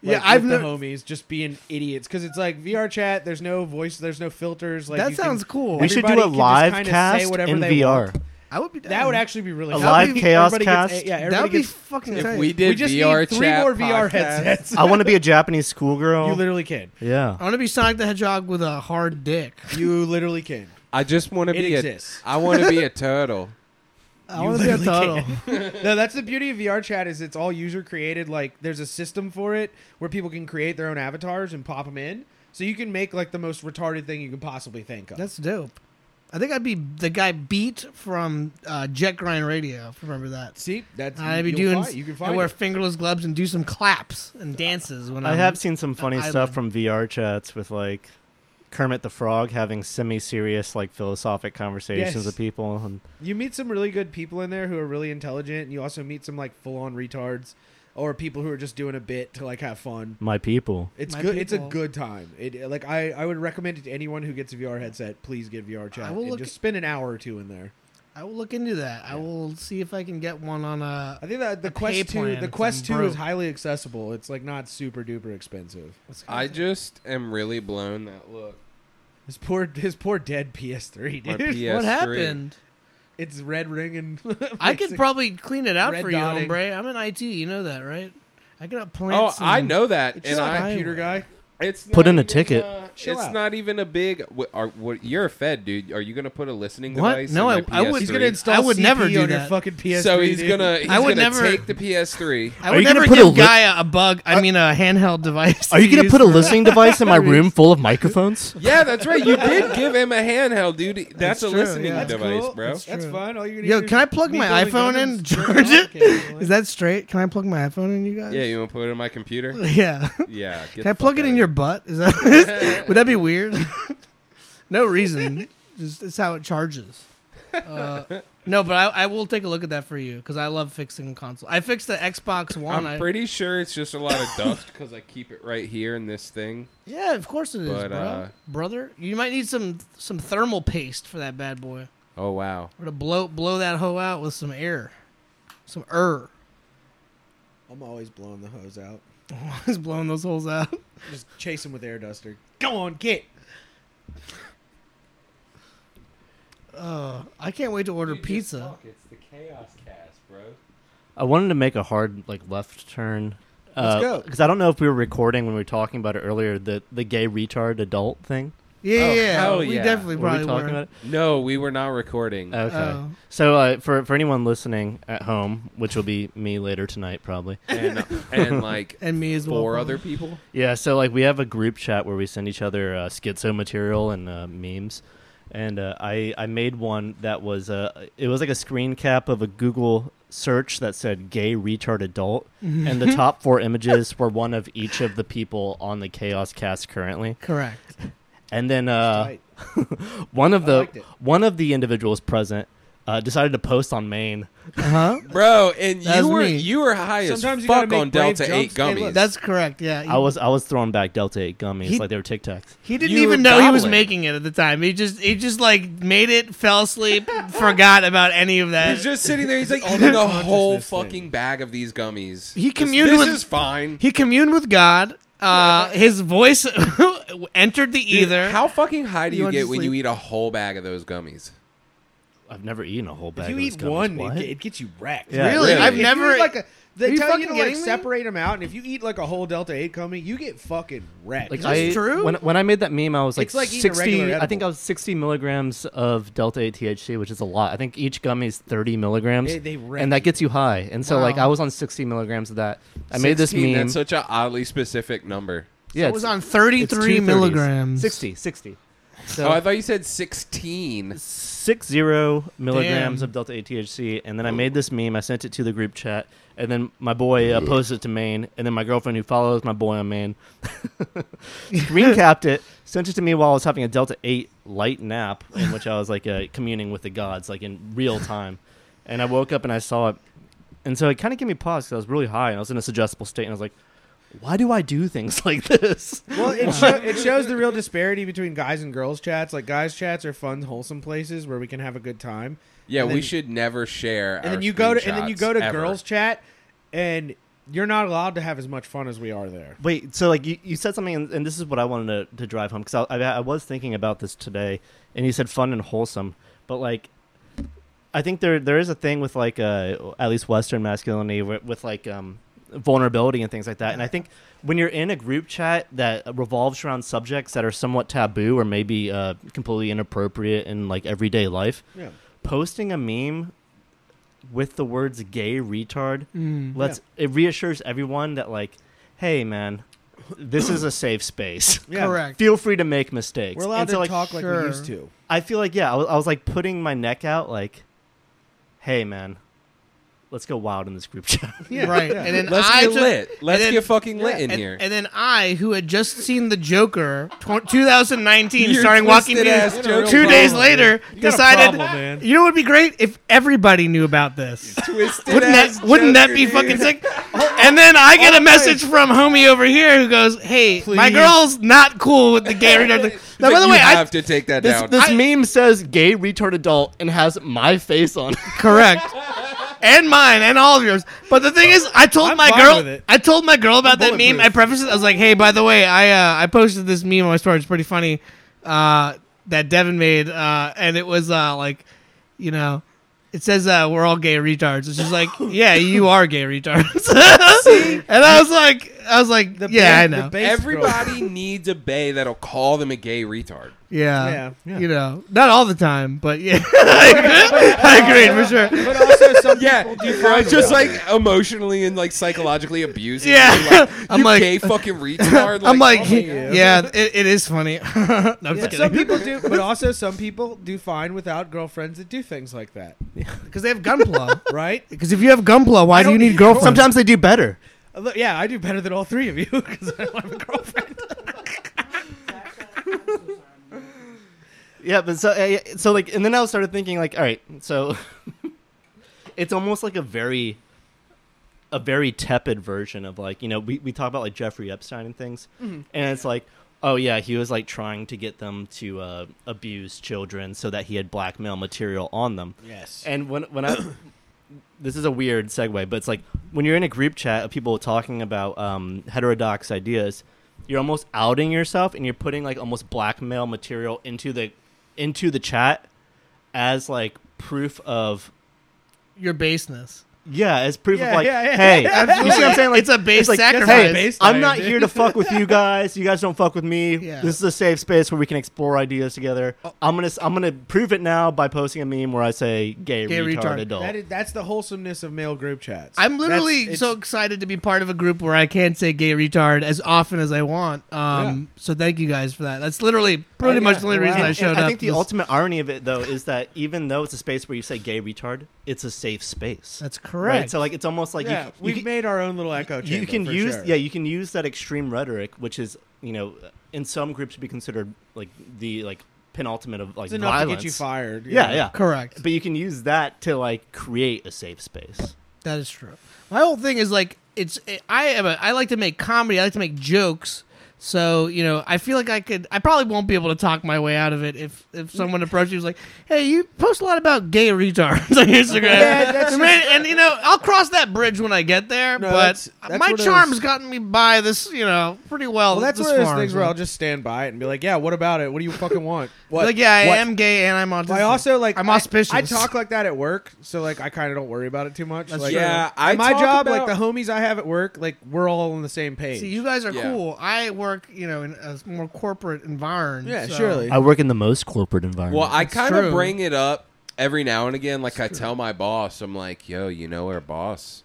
Speaker 3: Like,
Speaker 2: Yeah, I've
Speaker 3: with the
Speaker 2: nev-
Speaker 3: homies just being idiots because it's like VR chat. There's no voice. There's no filters. Like
Speaker 2: That
Speaker 3: you can-
Speaker 2: sounds cool.
Speaker 1: we should do
Speaker 3: everybody
Speaker 1: a
Speaker 3: can just
Speaker 1: live
Speaker 3: kinda say
Speaker 1: cast
Speaker 3: whatever
Speaker 1: in
Speaker 3: they
Speaker 1: VR.
Speaker 3: want.
Speaker 2: I would be. down.
Speaker 3: That would actually be really
Speaker 1: A
Speaker 3: cool.
Speaker 1: live
Speaker 3: Everybody-
Speaker 1: chaos
Speaker 3: everybody gets-
Speaker 1: cast?
Speaker 3: yeah,
Speaker 2: That
Speaker 3: everybody
Speaker 2: would be
Speaker 3: gets
Speaker 2: fucking.
Speaker 4: if
Speaker 2: Exciting.
Speaker 4: we did
Speaker 3: we just
Speaker 4: VR
Speaker 3: need three
Speaker 4: chat
Speaker 3: more VR
Speaker 4: podcast-
Speaker 3: headsets.
Speaker 1: I want to be a Japanese schoolgirl.
Speaker 3: you literally can.
Speaker 1: yeah.
Speaker 2: I want to be Sonic the Hedgehog with a hard dick.
Speaker 3: You literally can.
Speaker 4: I just want to
Speaker 3: It
Speaker 4: be
Speaker 3: exists.
Speaker 4: a. I want to be a turtle.
Speaker 2: I
Speaker 3: You
Speaker 2: want to be a
Speaker 3: literally
Speaker 2: turtle.
Speaker 3: No, that's the beauty of VR chat is it's all user created. Like there's a system for it where people can create their own avatars and pop them in. So you can make like the most retarded thing you can possibly think of.
Speaker 2: That's dope. I think I'd be the guy beat from uh, Jet Grind Radio. If you remember that.
Speaker 3: See, that's
Speaker 2: I'd be
Speaker 3: you'll
Speaker 2: doing.
Speaker 3: find- you can
Speaker 2: I
Speaker 3: find
Speaker 2: wear
Speaker 3: it.
Speaker 2: fingerless gloves and do some claps and dances when
Speaker 1: I
Speaker 2: I'm-
Speaker 1: have seen some funny
Speaker 2: I
Speaker 1: stuff
Speaker 2: would-
Speaker 1: from VR chats with like Kermit the Frog having semi-serious like philosophic conversations
Speaker 3: Yes.
Speaker 1: with people and
Speaker 3: You meet some really good people in there who are really intelligent, and you also meet some like full on retards. or people who are just doing a bit to like have fun.
Speaker 1: My people.
Speaker 3: It's
Speaker 2: My
Speaker 3: good. It's a
Speaker 2: people.
Speaker 3: good time. It like I, I would recommend it to anyone who gets a VR headset. Please get VR chat.
Speaker 2: I will
Speaker 3: and
Speaker 2: look
Speaker 3: just
Speaker 2: at-
Speaker 3: spend an hour or two in there.
Speaker 2: I will look into that. I will see if I can get one on a.
Speaker 3: I think that the
Speaker 2: A pay
Speaker 3: Quest Two,
Speaker 2: plan
Speaker 3: the
Speaker 2: if
Speaker 3: Quest
Speaker 2: I'm
Speaker 3: Two
Speaker 2: broke.
Speaker 3: is highly accessible. It's like not super duper expensive.
Speaker 4: I just am really blown that look.
Speaker 3: His poor, his poor dead PS3,
Speaker 4: My
Speaker 3: dude.
Speaker 4: PS3.
Speaker 2: what happened?
Speaker 3: It's red ring and
Speaker 2: I could probably clean it out
Speaker 3: Red
Speaker 2: for you,
Speaker 3: dotting.
Speaker 2: hombre. I'm in IT. You know that, right? I could plant.
Speaker 4: Oh,
Speaker 2: some-
Speaker 4: I know that,
Speaker 3: um, It's
Speaker 4: and
Speaker 3: just a
Speaker 4: I
Speaker 3: computer guy.
Speaker 4: it's
Speaker 1: Put
Speaker 4: not
Speaker 1: in a
Speaker 4: even,
Speaker 1: ticket.
Speaker 4: uh,
Speaker 3: Chill
Speaker 4: it's
Speaker 3: out.
Speaker 4: not even a big. wh- Are, what, you're a Fed, dude. Are you gonna put a listening
Speaker 2: What?
Speaker 4: device?
Speaker 2: No,
Speaker 4: in
Speaker 2: I-
Speaker 4: your
Speaker 2: I would-
Speaker 4: PS3?
Speaker 3: He's gonna install.
Speaker 2: I would
Speaker 3: CP
Speaker 2: never do
Speaker 3: on your
Speaker 2: that.
Speaker 3: fucking PS3.
Speaker 4: So he's
Speaker 3: dude.
Speaker 4: gonna. He's
Speaker 2: I would
Speaker 4: gonna
Speaker 2: never-
Speaker 4: take the PS3.
Speaker 2: I
Speaker 1: Are
Speaker 2: would
Speaker 1: you gonna
Speaker 2: never
Speaker 1: put
Speaker 2: give
Speaker 1: a li-
Speaker 2: Gaia a bug. I mean, a handheld device.
Speaker 1: Are
Speaker 2: to
Speaker 1: you going to
Speaker 2: use
Speaker 1: put a
Speaker 2: for-
Speaker 1: listening device in my room full of microphones?
Speaker 4: yeah, that's right. You did give him a handheld, dude. That's,
Speaker 2: That's
Speaker 4: a
Speaker 2: true,
Speaker 4: listening
Speaker 2: yeah.
Speaker 3: That's
Speaker 4: device,
Speaker 3: cool.
Speaker 4: bro.
Speaker 3: That's, that's
Speaker 2: true.
Speaker 3: fine. All you're gonna
Speaker 2: Yo,
Speaker 3: do
Speaker 2: can
Speaker 3: is
Speaker 2: I plug
Speaker 3: be
Speaker 2: my
Speaker 3: building
Speaker 2: iPhone
Speaker 3: condoms
Speaker 2: in?
Speaker 3: and
Speaker 2: Charge
Speaker 3: jerking off
Speaker 2: it?
Speaker 3: occasionally.
Speaker 2: Is that straight? Can I plug my iPhone in, you guys?
Speaker 4: Yeah, you want to put it on my computer?
Speaker 2: Yeah.
Speaker 4: Yeah. get
Speaker 2: Can I
Speaker 4: the
Speaker 2: plug
Speaker 4: fuck
Speaker 2: it
Speaker 4: out
Speaker 2: in
Speaker 4: of
Speaker 2: your
Speaker 4: here.
Speaker 2: butt? Is that would that be weird? no reason. Just it's how it charges. Uh, no, but I, I will take a look at that for you because I love fixing a console. I fixed the Xbox One. I-
Speaker 4: I'm pretty sure it's just a lot of dust because I keep it right here in this thing.
Speaker 2: yeah, of course it is,
Speaker 4: But,
Speaker 2: bro.
Speaker 4: uh,
Speaker 2: brother. You might need some some thermal paste for that bad boy,
Speaker 4: Oh wow.
Speaker 2: or to blow blow that hoe out with some air, some er. air.
Speaker 3: I'm always blowing the hose out.
Speaker 2: Just blowing those holes out.
Speaker 3: Just chase him with air duster. Go on, get.
Speaker 2: Uh, I can't wait to order pizza.
Speaker 4: It's the chaos cast, bro.
Speaker 1: I wanted to make a hard like left turn.
Speaker 3: Let's go.
Speaker 1: Because I don't know if we were recording when we were talking about it earlier, the, the gay retard adult thing.
Speaker 2: Yeah,
Speaker 4: Oh,
Speaker 2: yeah, yeah.
Speaker 4: hell
Speaker 2: we
Speaker 4: yeah.
Speaker 2: definitely
Speaker 1: Were
Speaker 2: probably
Speaker 1: we talking about it?
Speaker 4: No, we were not recording.
Speaker 1: Okay.
Speaker 2: Oh.
Speaker 1: So uh, for for anyone listening at home, which will be me later tonight probably.
Speaker 4: and, and like
Speaker 2: And me as well.
Speaker 4: four
Speaker 2: probably.
Speaker 4: other people.
Speaker 1: Yeah. So like we have a group chat where we send each other uh, schizo material and uh, memes, and uh, I I made one that was uh, it was like a screen cap of a Google search that said gay retard adult,
Speaker 3: Mm-hmm.
Speaker 1: and the top four images were one of each of the people on the Chaos Cast currently,
Speaker 2: Correct.
Speaker 1: and then uh,
Speaker 3: Tight.
Speaker 1: one of
Speaker 3: I
Speaker 1: the
Speaker 3: liked it.
Speaker 1: one of the individuals present uh, decided to post on Maine.
Speaker 2: Uh huh.
Speaker 4: Bro, and
Speaker 2: That's
Speaker 4: you were
Speaker 2: me.
Speaker 4: you were high as
Speaker 3: Sometimes you
Speaker 4: fuck
Speaker 3: gotta
Speaker 4: on
Speaker 3: make brave
Speaker 4: Delta
Speaker 3: jumps.
Speaker 4: Eight
Speaker 3: Hey,
Speaker 4: gummies.
Speaker 3: look,
Speaker 2: That's correct. Yeah. He,
Speaker 3: Hmm.
Speaker 1: I was I was throwing back Delta Eight gummies
Speaker 2: He-
Speaker 1: like they were Tic Tacs.
Speaker 2: He didn't
Speaker 4: you
Speaker 2: even
Speaker 4: were
Speaker 2: know he was
Speaker 4: gobbling.
Speaker 2: making it at the time. He just he just like made it, fell asleep, forgot about any of that.
Speaker 4: He's just sitting there. He's like eating a whole
Speaker 3: consciousness
Speaker 4: fucking bag of these gummies.
Speaker 2: He
Speaker 4: Just,
Speaker 2: communed
Speaker 4: This
Speaker 2: with-
Speaker 4: is fine.
Speaker 2: he communed with God. Uh, his voice entered the
Speaker 4: Dude,
Speaker 2: ether.
Speaker 4: How fucking high do
Speaker 2: You
Speaker 4: you,
Speaker 2: wanna
Speaker 4: get
Speaker 2: just
Speaker 4: when
Speaker 2: leave-
Speaker 4: you eat a whole bag of those gummies?
Speaker 1: I've never eaten a whole bag.
Speaker 3: If you
Speaker 1: of those
Speaker 3: eat
Speaker 1: gummies.
Speaker 3: one,
Speaker 1: What?
Speaker 3: it, it gets you wrecked.
Speaker 1: Yeah, Really?
Speaker 4: really. I've
Speaker 3: If you
Speaker 2: never-
Speaker 3: eat Like a,
Speaker 2: Are
Speaker 3: they
Speaker 2: you
Speaker 3: tell you
Speaker 2: fucking
Speaker 3: to like
Speaker 2: kidding me?
Speaker 3: separate them out, and if you eat like a whole Delta Eight gummy, you get fucking wrecked.
Speaker 1: Like
Speaker 2: that
Speaker 1: I,
Speaker 2: true?
Speaker 1: When, when I made that meme, I was like,
Speaker 3: It's like eating a regular
Speaker 1: sixty. I
Speaker 3: edible.
Speaker 1: think I was sixty milligrams of delta eight THC, which is a lot. I think each gummy is thirty milligrams,
Speaker 3: They- they wreck
Speaker 1: and that gets you high. And so, like,
Speaker 2: Wow.
Speaker 1: I was on sixty milligrams of that. I made this
Speaker 4: 16,
Speaker 1: meme.
Speaker 4: That's such an oddly specific number.
Speaker 1: yeah,
Speaker 2: it was
Speaker 1: it's-
Speaker 2: on
Speaker 1: it's
Speaker 2: 33
Speaker 1: 230s.
Speaker 2: milligrams.
Speaker 1: 60, 60. So
Speaker 4: Oh, I thought you said sixteen.
Speaker 1: six zero milligrams
Speaker 2: Damn.
Speaker 1: of delta eight THC, and then I made this meme. I sent it to the group chat, and then my boy uh, posted it to Maine, and then my girlfriend who follows my boy on Maine screen capped it, sent it to me while I was having a delta eight light nap, in which I was like uh, communing with the gods, like in real time. And I woke up and I saw it, and so it kind of gave me pause because I was really high and I was in a suggestible state, and I was like, "Why do I do things like this?"
Speaker 3: Well, it, show, it shows the real disparity between guys and girls chats. Like guys chats are fun, wholesome places where we can have a good time.
Speaker 4: Yeah,
Speaker 3: And
Speaker 4: we
Speaker 3: then-
Speaker 4: should never share.
Speaker 3: And
Speaker 4: our
Speaker 3: then you go to and then you
Speaker 4: screenshots
Speaker 3: go to
Speaker 4: ever.
Speaker 3: girls chat, and you're not allowed to have as much fun as we are there.
Speaker 1: Wait, so like you, you said something, and, and this is what I wanted to, to drive home because I, I, I was thinking about this today, and you said fun and wholesome, but like, I think there there is a thing with like uh, at least Western masculinity with, with like um, vulnerability and things like that, and I think when you're in a group chat that revolves around subjects that are somewhat taboo or maybe uh, completely inappropriate in like everyday life,
Speaker 3: Yeah.
Speaker 1: posting a meme with the words "gay retard"
Speaker 2: Mm.
Speaker 1: lets it reassures everyone that like, hey man, this is a safe space.
Speaker 3: Yeah.
Speaker 2: Correct.
Speaker 1: Feel free to make mistakes.
Speaker 3: We're allowed
Speaker 1: And
Speaker 3: to
Speaker 1: so, like,
Speaker 3: talk like
Speaker 2: sure.
Speaker 3: we used to.
Speaker 1: I feel like yeah, I was, I was like putting my neck out, like, hey man, let's go wild in this group chat.
Speaker 3: Yeah,
Speaker 2: right.
Speaker 3: yeah.
Speaker 2: And then
Speaker 4: Let's
Speaker 2: I
Speaker 4: get
Speaker 2: took-
Speaker 4: lit. Let's
Speaker 2: then-
Speaker 4: get fucking lit in
Speaker 2: and,
Speaker 4: here.
Speaker 2: and then I, who had just seen The Joker tw- 2019,
Speaker 4: Your
Speaker 2: starting Walking
Speaker 4: twisted
Speaker 2: Phoenix,
Speaker 4: ass
Speaker 3: You're a real
Speaker 4: Joker.
Speaker 2: two days
Speaker 3: problem,
Speaker 2: later,
Speaker 3: You got a
Speaker 2: decided,
Speaker 3: problem, man.
Speaker 2: you know what would be great? If everybody knew about this.
Speaker 4: Twisted
Speaker 2: Wouldn't
Speaker 4: ass
Speaker 2: that, wouldn't that
Speaker 4: Joker,
Speaker 2: be
Speaker 4: dude.
Speaker 2: fucking sick? and then I get a message from homie over here who goes, "Hey, my
Speaker 3: Please.
Speaker 2: girl's not cool with the gay." retarded-" now, by the
Speaker 4: you
Speaker 2: way, I
Speaker 4: have to take that
Speaker 1: This,
Speaker 4: down.
Speaker 1: this
Speaker 2: I-
Speaker 1: meme says gay retard adult and has my face on it.
Speaker 2: correct. And mine and all of yours. But the thing is, I told
Speaker 3: I'm
Speaker 2: my
Speaker 3: fine with
Speaker 2: girl.
Speaker 3: it.
Speaker 2: I told my girl about that meme.
Speaker 3: bulletproof.
Speaker 2: I prefaced it. I was like, "Hey, by the way, I uh, I posted this meme on my story. It's pretty funny uh, that Devin made, uh, and it was uh, like, you know, it says uh, we're all gay retards." And she's like, "Yeah, you are gay retards." and I was like, I was like,
Speaker 3: The
Speaker 2: "Yeah,
Speaker 3: ba-
Speaker 2: I
Speaker 3: the
Speaker 2: know."
Speaker 3: base
Speaker 4: Everybody needs a bay that'll call them a gay retard.
Speaker 2: Yeah.
Speaker 3: Yeah.
Speaker 1: Yeah.
Speaker 2: You know, not all the time, but yeah. I agree, I agree for sure.
Speaker 3: But also, some
Speaker 4: Yeah,
Speaker 3: people do
Speaker 4: you know,
Speaker 3: find
Speaker 4: it's just
Speaker 3: them.
Speaker 4: like emotionally and like psychologically abusing.
Speaker 2: Yeah.
Speaker 4: you, like,
Speaker 2: I'm
Speaker 4: you
Speaker 2: like-
Speaker 4: gay fucking retard.
Speaker 2: I'm like,
Speaker 4: oh my
Speaker 3: yeah.
Speaker 2: yeah, it, it is funny. no, I'm
Speaker 3: Yeah,
Speaker 2: just
Speaker 3: some
Speaker 2: kidding.
Speaker 3: people do, but also some people do fine without girlfriends that do things like that,
Speaker 2: Because they have Gunpla.
Speaker 3: right?
Speaker 2: Because if you have Gunpla, why do you
Speaker 3: don't
Speaker 2: need
Speaker 3: need
Speaker 2: girlfriends?
Speaker 1: Sometimes they do better.
Speaker 3: Uh, look, Yeah, I do better than all three of you because I don't have a girlfriend.
Speaker 1: Yeah, but so uh, so like, and then I started thinking like, all right, so it's almost like a very a very tepid version of like you know we, we talk about like Jeffrey Epstein and things, and it's like oh yeah he was like trying to get them to uh, abuse children so that he had blackmail material on them.
Speaker 3: Yes.
Speaker 1: And when when I this is a weird segue, but it's like when you're in a group chat of people talking about um, heterodox ideas, you're almost outing yourself and you're putting like almost blackmail material into the into the chat as like proof of
Speaker 2: Your baseness.
Speaker 1: yeah, as proof
Speaker 3: Yeah,
Speaker 1: of like
Speaker 3: yeah, yeah.
Speaker 1: hey, you see what I'm
Speaker 2: Absolutely.
Speaker 1: saying? Like
Speaker 2: It's a base
Speaker 1: like,
Speaker 2: sacrifice.
Speaker 1: Hey,
Speaker 3: Based on
Speaker 1: I'm not
Speaker 3: it,
Speaker 1: here to fuck with you guys. You guys don't fuck with me.
Speaker 2: Yeah.
Speaker 1: This is a safe space where we can explore ideas together. I'm gonna I'm gonna prove it now by posting a meme where I say gay,
Speaker 2: Gay
Speaker 1: retard,
Speaker 2: retard.
Speaker 1: adult.
Speaker 3: That is, that's the wholesomeness of male group chats.
Speaker 2: I'm literally
Speaker 3: That's-
Speaker 2: so
Speaker 3: it's-
Speaker 2: excited to be part of a group where I can say gay retard as often as I want. Um, So thank you guys for that. That's literally pretty
Speaker 3: yeah.
Speaker 2: much the only reason
Speaker 1: And-
Speaker 2: Oh, I
Speaker 1: and
Speaker 2: showed up.
Speaker 1: think the
Speaker 2: This-
Speaker 1: ultimate irony of it, though, is that even though it's a space where you say gay retard, it's a safe space.
Speaker 2: That's
Speaker 1: right.
Speaker 2: correct.
Speaker 1: So like, it's almost like you-
Speaker 3: yeah,
Speaker 1: you,
Speaker 3: we've
Speaker 1: can,
Speaker 3: made our own little echo chamber.
Speaker 1: you can
Speaker 3: for
Speaker 1: use
Speaker 3: sure.
Speaker 1: yeah you can use that extreme rhetoric, which is you know in some groups be considered like the like penultimate of like
Speaker 3: it's enough
Speaker 1: violence.
Speaker 3: to get you fired.
Speaker 1: Yeah, yeah.
Speaker 2: Correct.
Speaker 1: But you can use that to like create a safe space.
Speaker 2: That is true. My whole thing is like it's I am a, I like to make comedy. I like to make jokes. So you know, I feel like I could. I probably won't be able to talk my way out of it if if someone approached you was like, "Hey, you post a lot about gay retards on Instagram."
Speaker 3: Yeah, that's
Speaker 2: and, man, and, you know, I'll cross that bridge when I get there.
Speaker 3: No,
Speaker 2: but
Speaker 3: that's- that's
Speaker 2: my
Speaker 3: one of
Speaker 2: charm's
Speaker 3: those-
Speaker 2: gotten me by this, you know, pretty well.
Speaker 3: Well, that's
Speaker 2: this
Speaker 3: one of those
Speaker 2: far,
Speaker 3: things
Speaker 2: so.
Speaker 3: where I'll just stand by it and be like, "Yeah, what about it? What do you fucking want?" What?
Speaker 2: like, yeah, I
Speaker 3: What?
Speaker 2: am gay and I'm autistic.
Speaker 3: I also like
Speaker 2: I'm
Speaker 3: I-
Speaker 2: auspicious.
Speaker 3: I, talk like that at work, so like I kind of don't worry about it too much.
Speaker 2: That's
Speaker 3: like,
Speaker 2: true.
Speaker 4: Yeah, I
Speaker 3: my
Speaker 4: talk
Speaker 3: job,
Speaker 4: about-
Speaker 3: like the homies I have at work, like we're all on the same page.
Speaker 2: See, you guys are
Speaker 4: Yeah.
Speaker 2: cool. I work, you know, in a more corporate environment.
Speaker 3: yeah,
Speaker 2: so-
Speaker 3: surely.
Speaker 1: I work in the most corporate environment.
Speaker 4: oh, Well, I kind
Speaker 2: true.
Speaker 4: of bring it up every now and again. Like I tell my boss, I'm like, "Yo, you know our boss,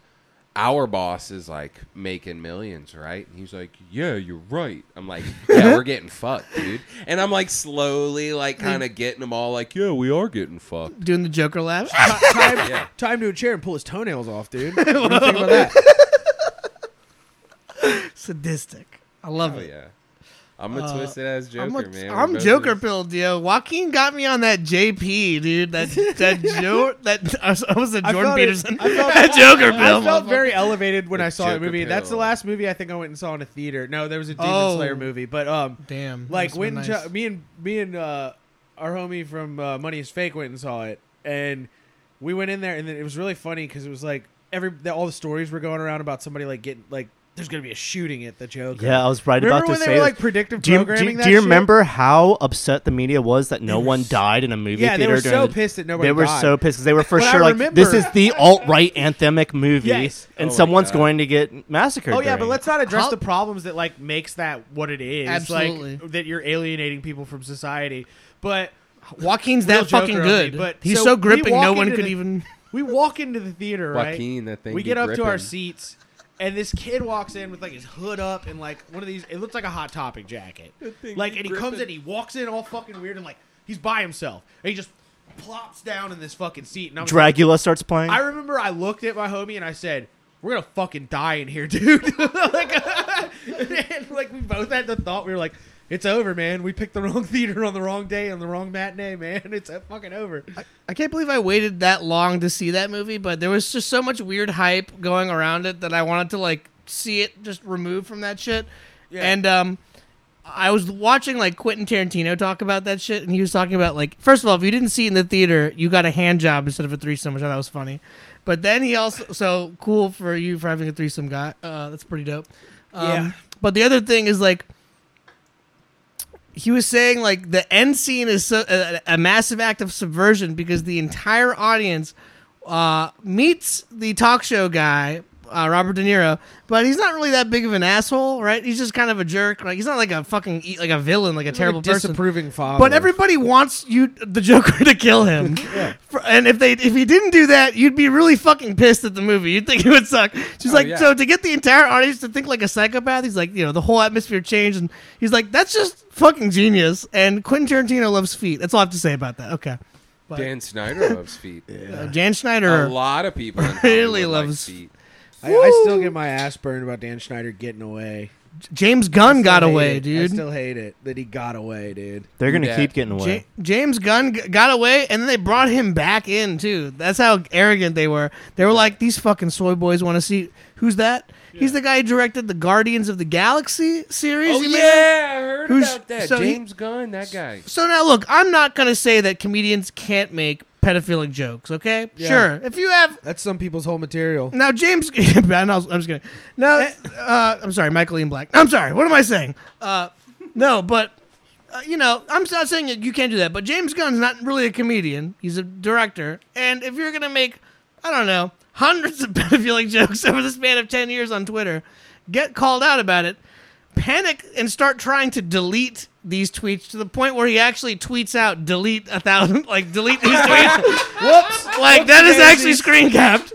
Speaker 4: our boss is like making millions, right?" And he's like, "Yeah, you're right." I'm like, "Yeah, we're getting fucked, dude." And I'm like slowly, like kind of getting them all, like, "Yeah, we are getting fucked."
Speaker 2: doing the Joker laugh.
Speaker 3: Ti- time,
Speaker 4: Yeah.
Speaker 3: time to a chair and pull his toenails off, dude. What do you think about that?
Speaker 2: sadistic. I love
Speaker 4: Oh
Speaker 2: it.
Speaker 4: yeah, I'm
Speaker 3: Uh,
Speaker 4: a twisted ass Joker,
Speaker 2: I'm, a,
Speaker 4: man. We're
Speaker 2: I'm
Speaker 4: both
Speaker 2: Joker
Speaker 4: just-
Speaker 2: pill, Dio. Joaquin got me on that JP, dude. That that jo- that I was, I was a
Speaker 3: I
Speaker 2: Jordan
Speaker 3: felt it-
Speaker 2: Peterson.
Speaker 3: I felt-
Speaker 2: that Joker pill.
Speaker 3: I felt
Speaker 2: motherfucker.
Speaker 3: very elevated when
Speaker 4: The
Speaker 3: I saw that
Speaker 4: Joker
Speaker 3: movie. That's the
Speaker 4: pill.
Speaker 3: last movie I think I went and saw in a theater. No, there was a Demon
Speaker 2: Oh.
Speaker 3: Slayer movie, but um,
Speaker 2: damn.
Speaker 3: like
Speaker 2: when
Speaker 3: when Jo- me and me and uh, our homie from uh, Money Is Fake went and saw it, and we went in there, and then it was really funny because it was like every the, all the stories were going around about somebody like getting like there's gonna be a shooting at the Joker.
Speaker 1: yeah, I was right
Speaker 3: remember
Speaker 1: about to
Speaker 3: when
Speaker 1: say
Speaker 3: they were
Speaker 1: that.
Speaker 3: like predictive
Speaker 1: do you, do,
Speaker 3: programming?
Speaker 1: you-
Speaker 3: that
Speaker 1: do you
Speaker 3: shit?
Speaker 1: remember how upset the media was that no one died in a movie
Speaker 3: Yeah, they
Speaker 1: theater?
Speaker 3: were
Speaker 1: during
Speaker 3: so
Speaker 1: the-
Speaker 3: pissed that nobody.
Speaker 1: They were
Speaker 3: died.
Speaker 1: so pissed because they were for
Speaker 3: But I
Speaker 1: sure like, this
Speaker 3: remember-
Speaker 1: is the alt right anthemic movie,
Speaker 3: Yes.
Speaker 1: and
Speaker 4: Oh my
Speaker 1: someone's
Speaker 4: God.
Speaker 1: going to get massacred.
Speaker 3: Oh yeah,
Speaker 1: during
Speaker 3: but
Speaker 1: it.
Speaker 3: let's not address
Speaker 2: How-
Speaker 3: the problems that like makes that what it is.
Speaker 2: Absolutely.
Speaker 3: like, that you're alienating people from society. But
Speaker 2: Joaquin's
Speaker 3: Real
Speaker 2: that
Speaker 3: Joker
Speaker 2: fucking
Speaker 3: on
Speaker 2: good,
Speaker 3: me, but-
Speaker 2: he's
Speaker 3: so
Speaker 2: so
Speaker 3: we
Speaker 2: gripping,
Speaker 3: walk
Speaker 2: no one
Speaker 3: into
Speaker 2: could
Speaker 3: the-
Speaker 2: even.
Speaker 3: we walk into the theater,
Speaker 4: Joaquin,
Speaker 3: right?
Speaker 4: that thing
Speaker 3: we
Speaker 4: be
Speaker 3: get up to our
Speaker 4: gripping.
Speaker 3: seats, and this kid walks in with like his hood up and like one of these. It looks like a hot topic jacket.
Speaker 4: thing
Speaker 3: Like,
Speaker 4: be
Speaker 3: and he comes
Speaker 4: gripping.
Speaker 3: in, he walks in all fucking weird, and like he's by himself, and he just plops down in this fucking seat. And I'm like,
Speaker 1: Dracula starts playing.
Speaker 3: I remember I looked at my homie and I said, "We're gonna fucking die in here, dude." like, and, like we both had the thought we were like, It's over, man. We picked the wrong theater on the wrong day on the wrong matinee, man. It's uh, fucking over.
Speaker 2: I can't believe I waited that long to see that movie, but there was just so much weird hype going around it that I wanted to like see it just removed from that shit.
Speaker 3: Yeah.
Speaker 2: And um I was watching like Quentin Tarantino talk about that shit and he was talking about like first of all, if you didn't see it in the theater, you got a hand job instead of a threesome, which I thought was funny. But then he also so cool for you for having a threesome guy. Uh that's pretty dope. Um,
Speaker 3: Yeah.
Speaker 2: but the other thing is like he was saying like the end scene is so, a, a massive act of subversion because the entire audience uh, meets the talk show guy uh, Robert De Niro, but he's not really that big of an asshole, right? He's just kind of a jerk. Like he's not like a fucking e- like a villain, like a terrible
Speaker 3: Like a
Speaker 2: person.
Speaker 3: disapproving father.
Speaker 2: But everybody wants you, the Joker, to kill him. For- and if they, if he didn't do that, you'd be really fucking pissed at the movie. You'd think it would suck. She's
Speaker 4: Oh,
Speaker 2: like,
Speaker 4: yeah.
Speaker 2: so to get the entire audience to think like a psychopath, he's like, you know, the whole atmosphere changed, and he's like, that's just fucking genius. And Quentin Tarantino loves feet. That's all I have to say about that. Okay, but,
Speaker 4: Dan Snyder loves feet.
Speaker 2: uh, Jan
Speaker 4: A
Speaker 2: Schneider.
Speaker 4: lot of people in
Speaker 2: Really
Speaker 4: Hollywood like
Speaker 2: loves-
Speaker 4: feet.
Speaker 3: I, I still get my ass burned about Dan Schneider getting away.
Speaker 2: James Gunn got
Speaker 3: Still hate
Speaker 2: away,
Speaker 3: it. I
Speaker 2: dude.
Speaker 3: still hate it that he got away, dude.
Speaker 1: They're gonna
Speaker 4: Yeah.
Speaker 1: keep getting away.
Speaker 2: Ja- James Gunn g- got away, and then they brought him back in too. That's how arrogant they were. They were like, "These fucking soy boys want to see who's that? He's the guy who directed the Guardians of the Galaxy series.
Speaker 4: Oh
Speaker 2: you remember?
Speaker 4: yeah, I heard
Speaker 2: Who's-
Speaker 4: about that.
Speaker 2: so he-
Speaker 4: James Gunn, that guy.
Speaker 2: So now, look, I'm not gonna say that comedians can't make pedophilic jokes. Okay,
Speaker 3: Yeah.
Speaker 2: sure. If you have
Speaker 3: That's some people's whole material.
Speaker 2: Now James, I know, I'm just kidding. Now, uh, I'm sorry, Michael Ian Black. I'm sorry. What am I saying? Uh, no, but uh, you know, I'm not saying that you can't do that. But James Gunn's not really a comedian; he's a director. And if you're gonna make, I don't know, hundreds of pedophilic jokes over the span of ten years on Twitter, get called out about it, panic and start trying to delete these tweets to the point where he actually tweets out delete a thousand, like delete these tweets.
Speaker 3: Whoops.
Speaker 2: like that is actually screen capped.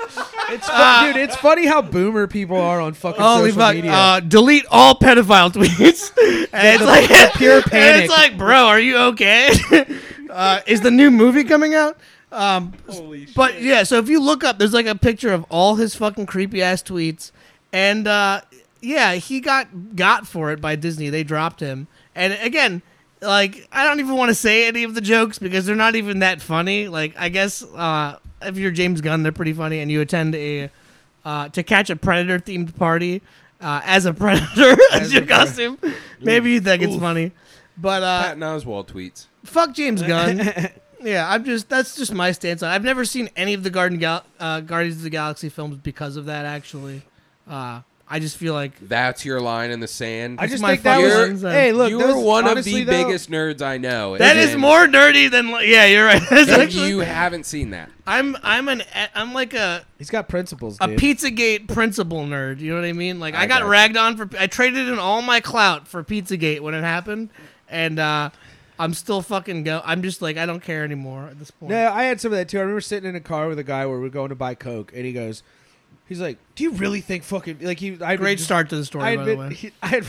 Speaker 3: It's fu- dude, it's funny how boomer people are on fucking
Speaker 2: Ah. Holy
Speaker 3: social
Speaker 2: fuck!
Speaker 3: media.
Speaker 2: Uh, delete all pedophile tweets. and it's like
Speaker 3: pure
Speaker 2: And
Speaker 3: panic.
Speaker 2: it's like, bro, are you okay? uh, is the new movie coming out? Um,
Speaker 4: Holy shit.
Speaker 2: but yeah, so if you look up, there's like a picture of all his fucking creepy ass tweets, and uh, yeah, he got got for it by Disney. They dropped him, and again, like I don't even want to say any of the jokes because they're not even that funny. Like I guess uh, if you're James Gunn, they're pretty funny, and you attend a uh, to catch a predator themed party uh, as a predator as your costume. Maybe you think it's funny, but uh,
Speaker 4: Patton Oswald tweets.
Speaker 2: fuck James Gunn. yeah, I'm just that's just my stance on. it. I've never seen any of the Garden Gal- uh, Guardians of the Galaxy films because of that. Actually, uh, I just feel like
Speaker 4: That's your line in the sand.
Speaker 3: I just
Speaker 2: my
Speaker 3: think that
Speaker 2: fucking
Speaker 3: was.
Speaker 2: lines, uh,
Speaker 3: Hey, look,
Speaker 4: you
Speaker 3: those-
Speaker 4: are one
Speaker 3: honestly,
Speaker 4: of the
Speaker 3: though,
Speaker 4: biggest nerds I know.
Speaker 2: that is
Speaker 4: and-
Speaker 2: more dirty than like, yeah, you're right. That's
Speaker 4: and
Speaker 2: actually-
Speaker 4: you haven't seen that.
Speaker 2: I'm I'm an I'm like a
Speaker 3: He's got principles,
Speaker 2: a
Speaker 3: dude.
Speaker 2: Pizzagate principal nerd. You know what I mean? Like I,
Speaker 4: I
Speaker 2: got,
Speaker 4: got you.
Speaker 2: ragged on for I traded in all my clout for Pizzagate when it happened, and uh, I'm still fucking go. I'm just like I don't care anymore at this point.
Speaker 3: No, I had some of that too. I remember sitting in a car with a guy where we are going to buy Coke, and he goes, "He's like, do you really think fucking like he?" I
Speaker 2: Great start to the story,
Speaker 3: I had
Speaker 2: by the
Speaker 3: been,
Speaker 2: way.
Speaker 3: I had,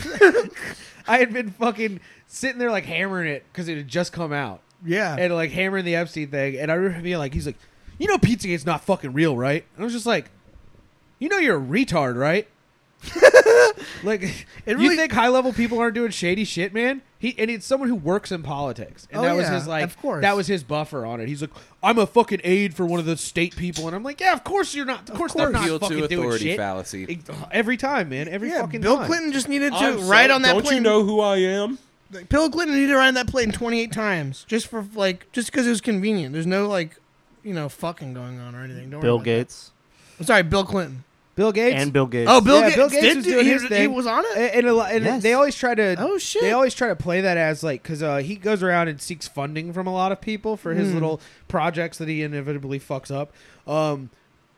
Speaker 3: I had been fucking sitting there like hammering it because it had just come out,
Speaker 2: Yeah.
Speaker 3: and like hammering the Epstein thing. And I remember being like, "He's like, you know, Pizzagate's not fucking real, right?" And I was just like, "You know, you're a retard, right?" like, you
Speaker 2: really-
Speaker 3: think high level people aren't doing shady shit, man? He and it's someone who works in politics, and
Speaker 2: Oh,
Speaker 3: that was
Speaker 2: yeah,
Speaker 3: his like,
Speaker 2: of course.
Speaker 3: that was his buffer on it. He's like, I'm a fucking aide for one of the state people, and I'm like, yeah, of course you're not. Of course, they're
Speaker 4: Appeal
Speaker 3: not
Speaker 4: to
Speaker 3: fucking doing
Speaker 4: authority
Speaker 3: shit.
Speaker 4: fallacy.
Speaker 3: Every time, man. Every fucking
Speaker 2: Bill
Speaker 3: time.
Speaker 2: Clinton just needed to
Speaker 4: I'm so-
Speaker 2: ride on that
Speaker 4: Don't
Speaker 2: plane.
Speaker 4: you know who I am?
Speaker 2: Bill Clinton needed to ride on that plane 28 times just for like just because it was convenient. There's no like, you know, fucking going on or anything. Don't worry
Speaker 1: Bill
Speaker 2: about
Speaker 1: Gates
Speaker 2: that. I'm sorry, Bill Clinton.
Speaker 3: Bill Gates.
Speaker 1: and Bill Gates.
Speaker 2: Oh, Bill,
Speaker 3: Yeah,
Speaker 2: Gates
Speaker 3: Bill Gates
Speaker 2: did
Speaker 3: was
Speaker 2: do-
Speaker 3: doing
Speaker 2: he,
Speaker 3: his
Speaker 2: he
Speaker 3: thing.
Speaker 2: was on
Speaker 3: A-
Speaker 2: it.
Speaker 3: and a lot, and
Speaker 1: Yes.
Speaker 3: they always try to.
Speaker 2: Oh, shit.
Speaker 3: They always try to play that as like because uh, he goes around and seeks funding from a lot of people for
Speaker 2: Hmm.
Speaker 3: his little projects that he inevitably fucks up. Um,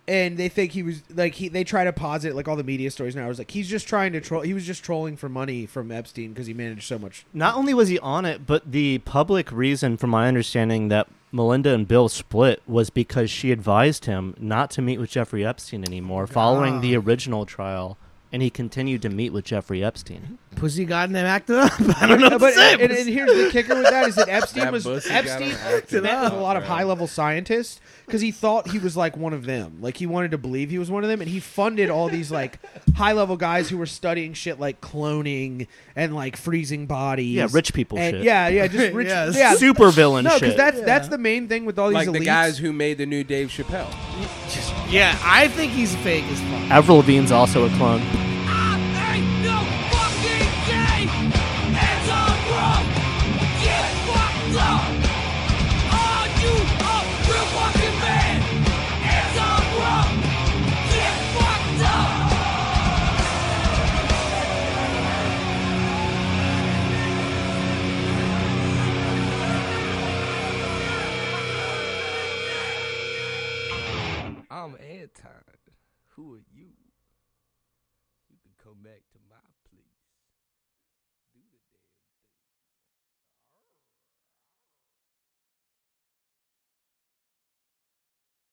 Speaker 3: and they think he was like he. They try to posit like all the media stories now. It's like he's just trying to troll. He was just trolling for money from Epstein because he managed so much.
Speaker 1: Not only was he on it, but the public reason, from my understanding, that Melinda and Bill split was
Speaker 3: Ah.
Speaker 1: because she advised him not to meet with Jeffrey Epstein anymore following the original trial and he continued to meet with Jeffrey Epstein.
Speaker 2: Pussy got him acted up. I don't know
Speaker 3: Yeah,
Speaker 2: what to
Speaker 3: but
Speaker 2: say.
Speaker 3: and, and here's the kicker with that is that Epstein
Speaker 4: That
Speaker 3: was
Speaker 4: pussy got
Speaker 3: Epstein
Speaker 4: him acted
Speaker 3: met
Speaker 4: up,
Speaker 3: with a lot of
Speaker 4: bro.
Speaker 3: high level scientists because he thought he was like one of them. Like he wanted to believe he was one of them, and he funded all these like high level guys who were studying shit like cloning and like freezing bodies.
Speaker 1: Yeah, rich people
Speaker 3: and,
Speaker 1: shit.
Speaker 3: Yeah, yeah, just rich.
Speaker 2: Yes.
Speaker 3: Yeah,
Speaker 1: Super villain
Speaker 3: no,
Speaker 1: shit.
Speaker 3: because that's that's the main thing with all these
Speaker 4: like the
Speaker 3: elites.
Speaker 4: guys who made the new Dave Chappelle.
Speaker 2: yeah, I think he's fake as fuck.
Speaker 1: Avril Lavigne's also a clone.
Speaker 5: I'm Anton. Who are you? You can come back to my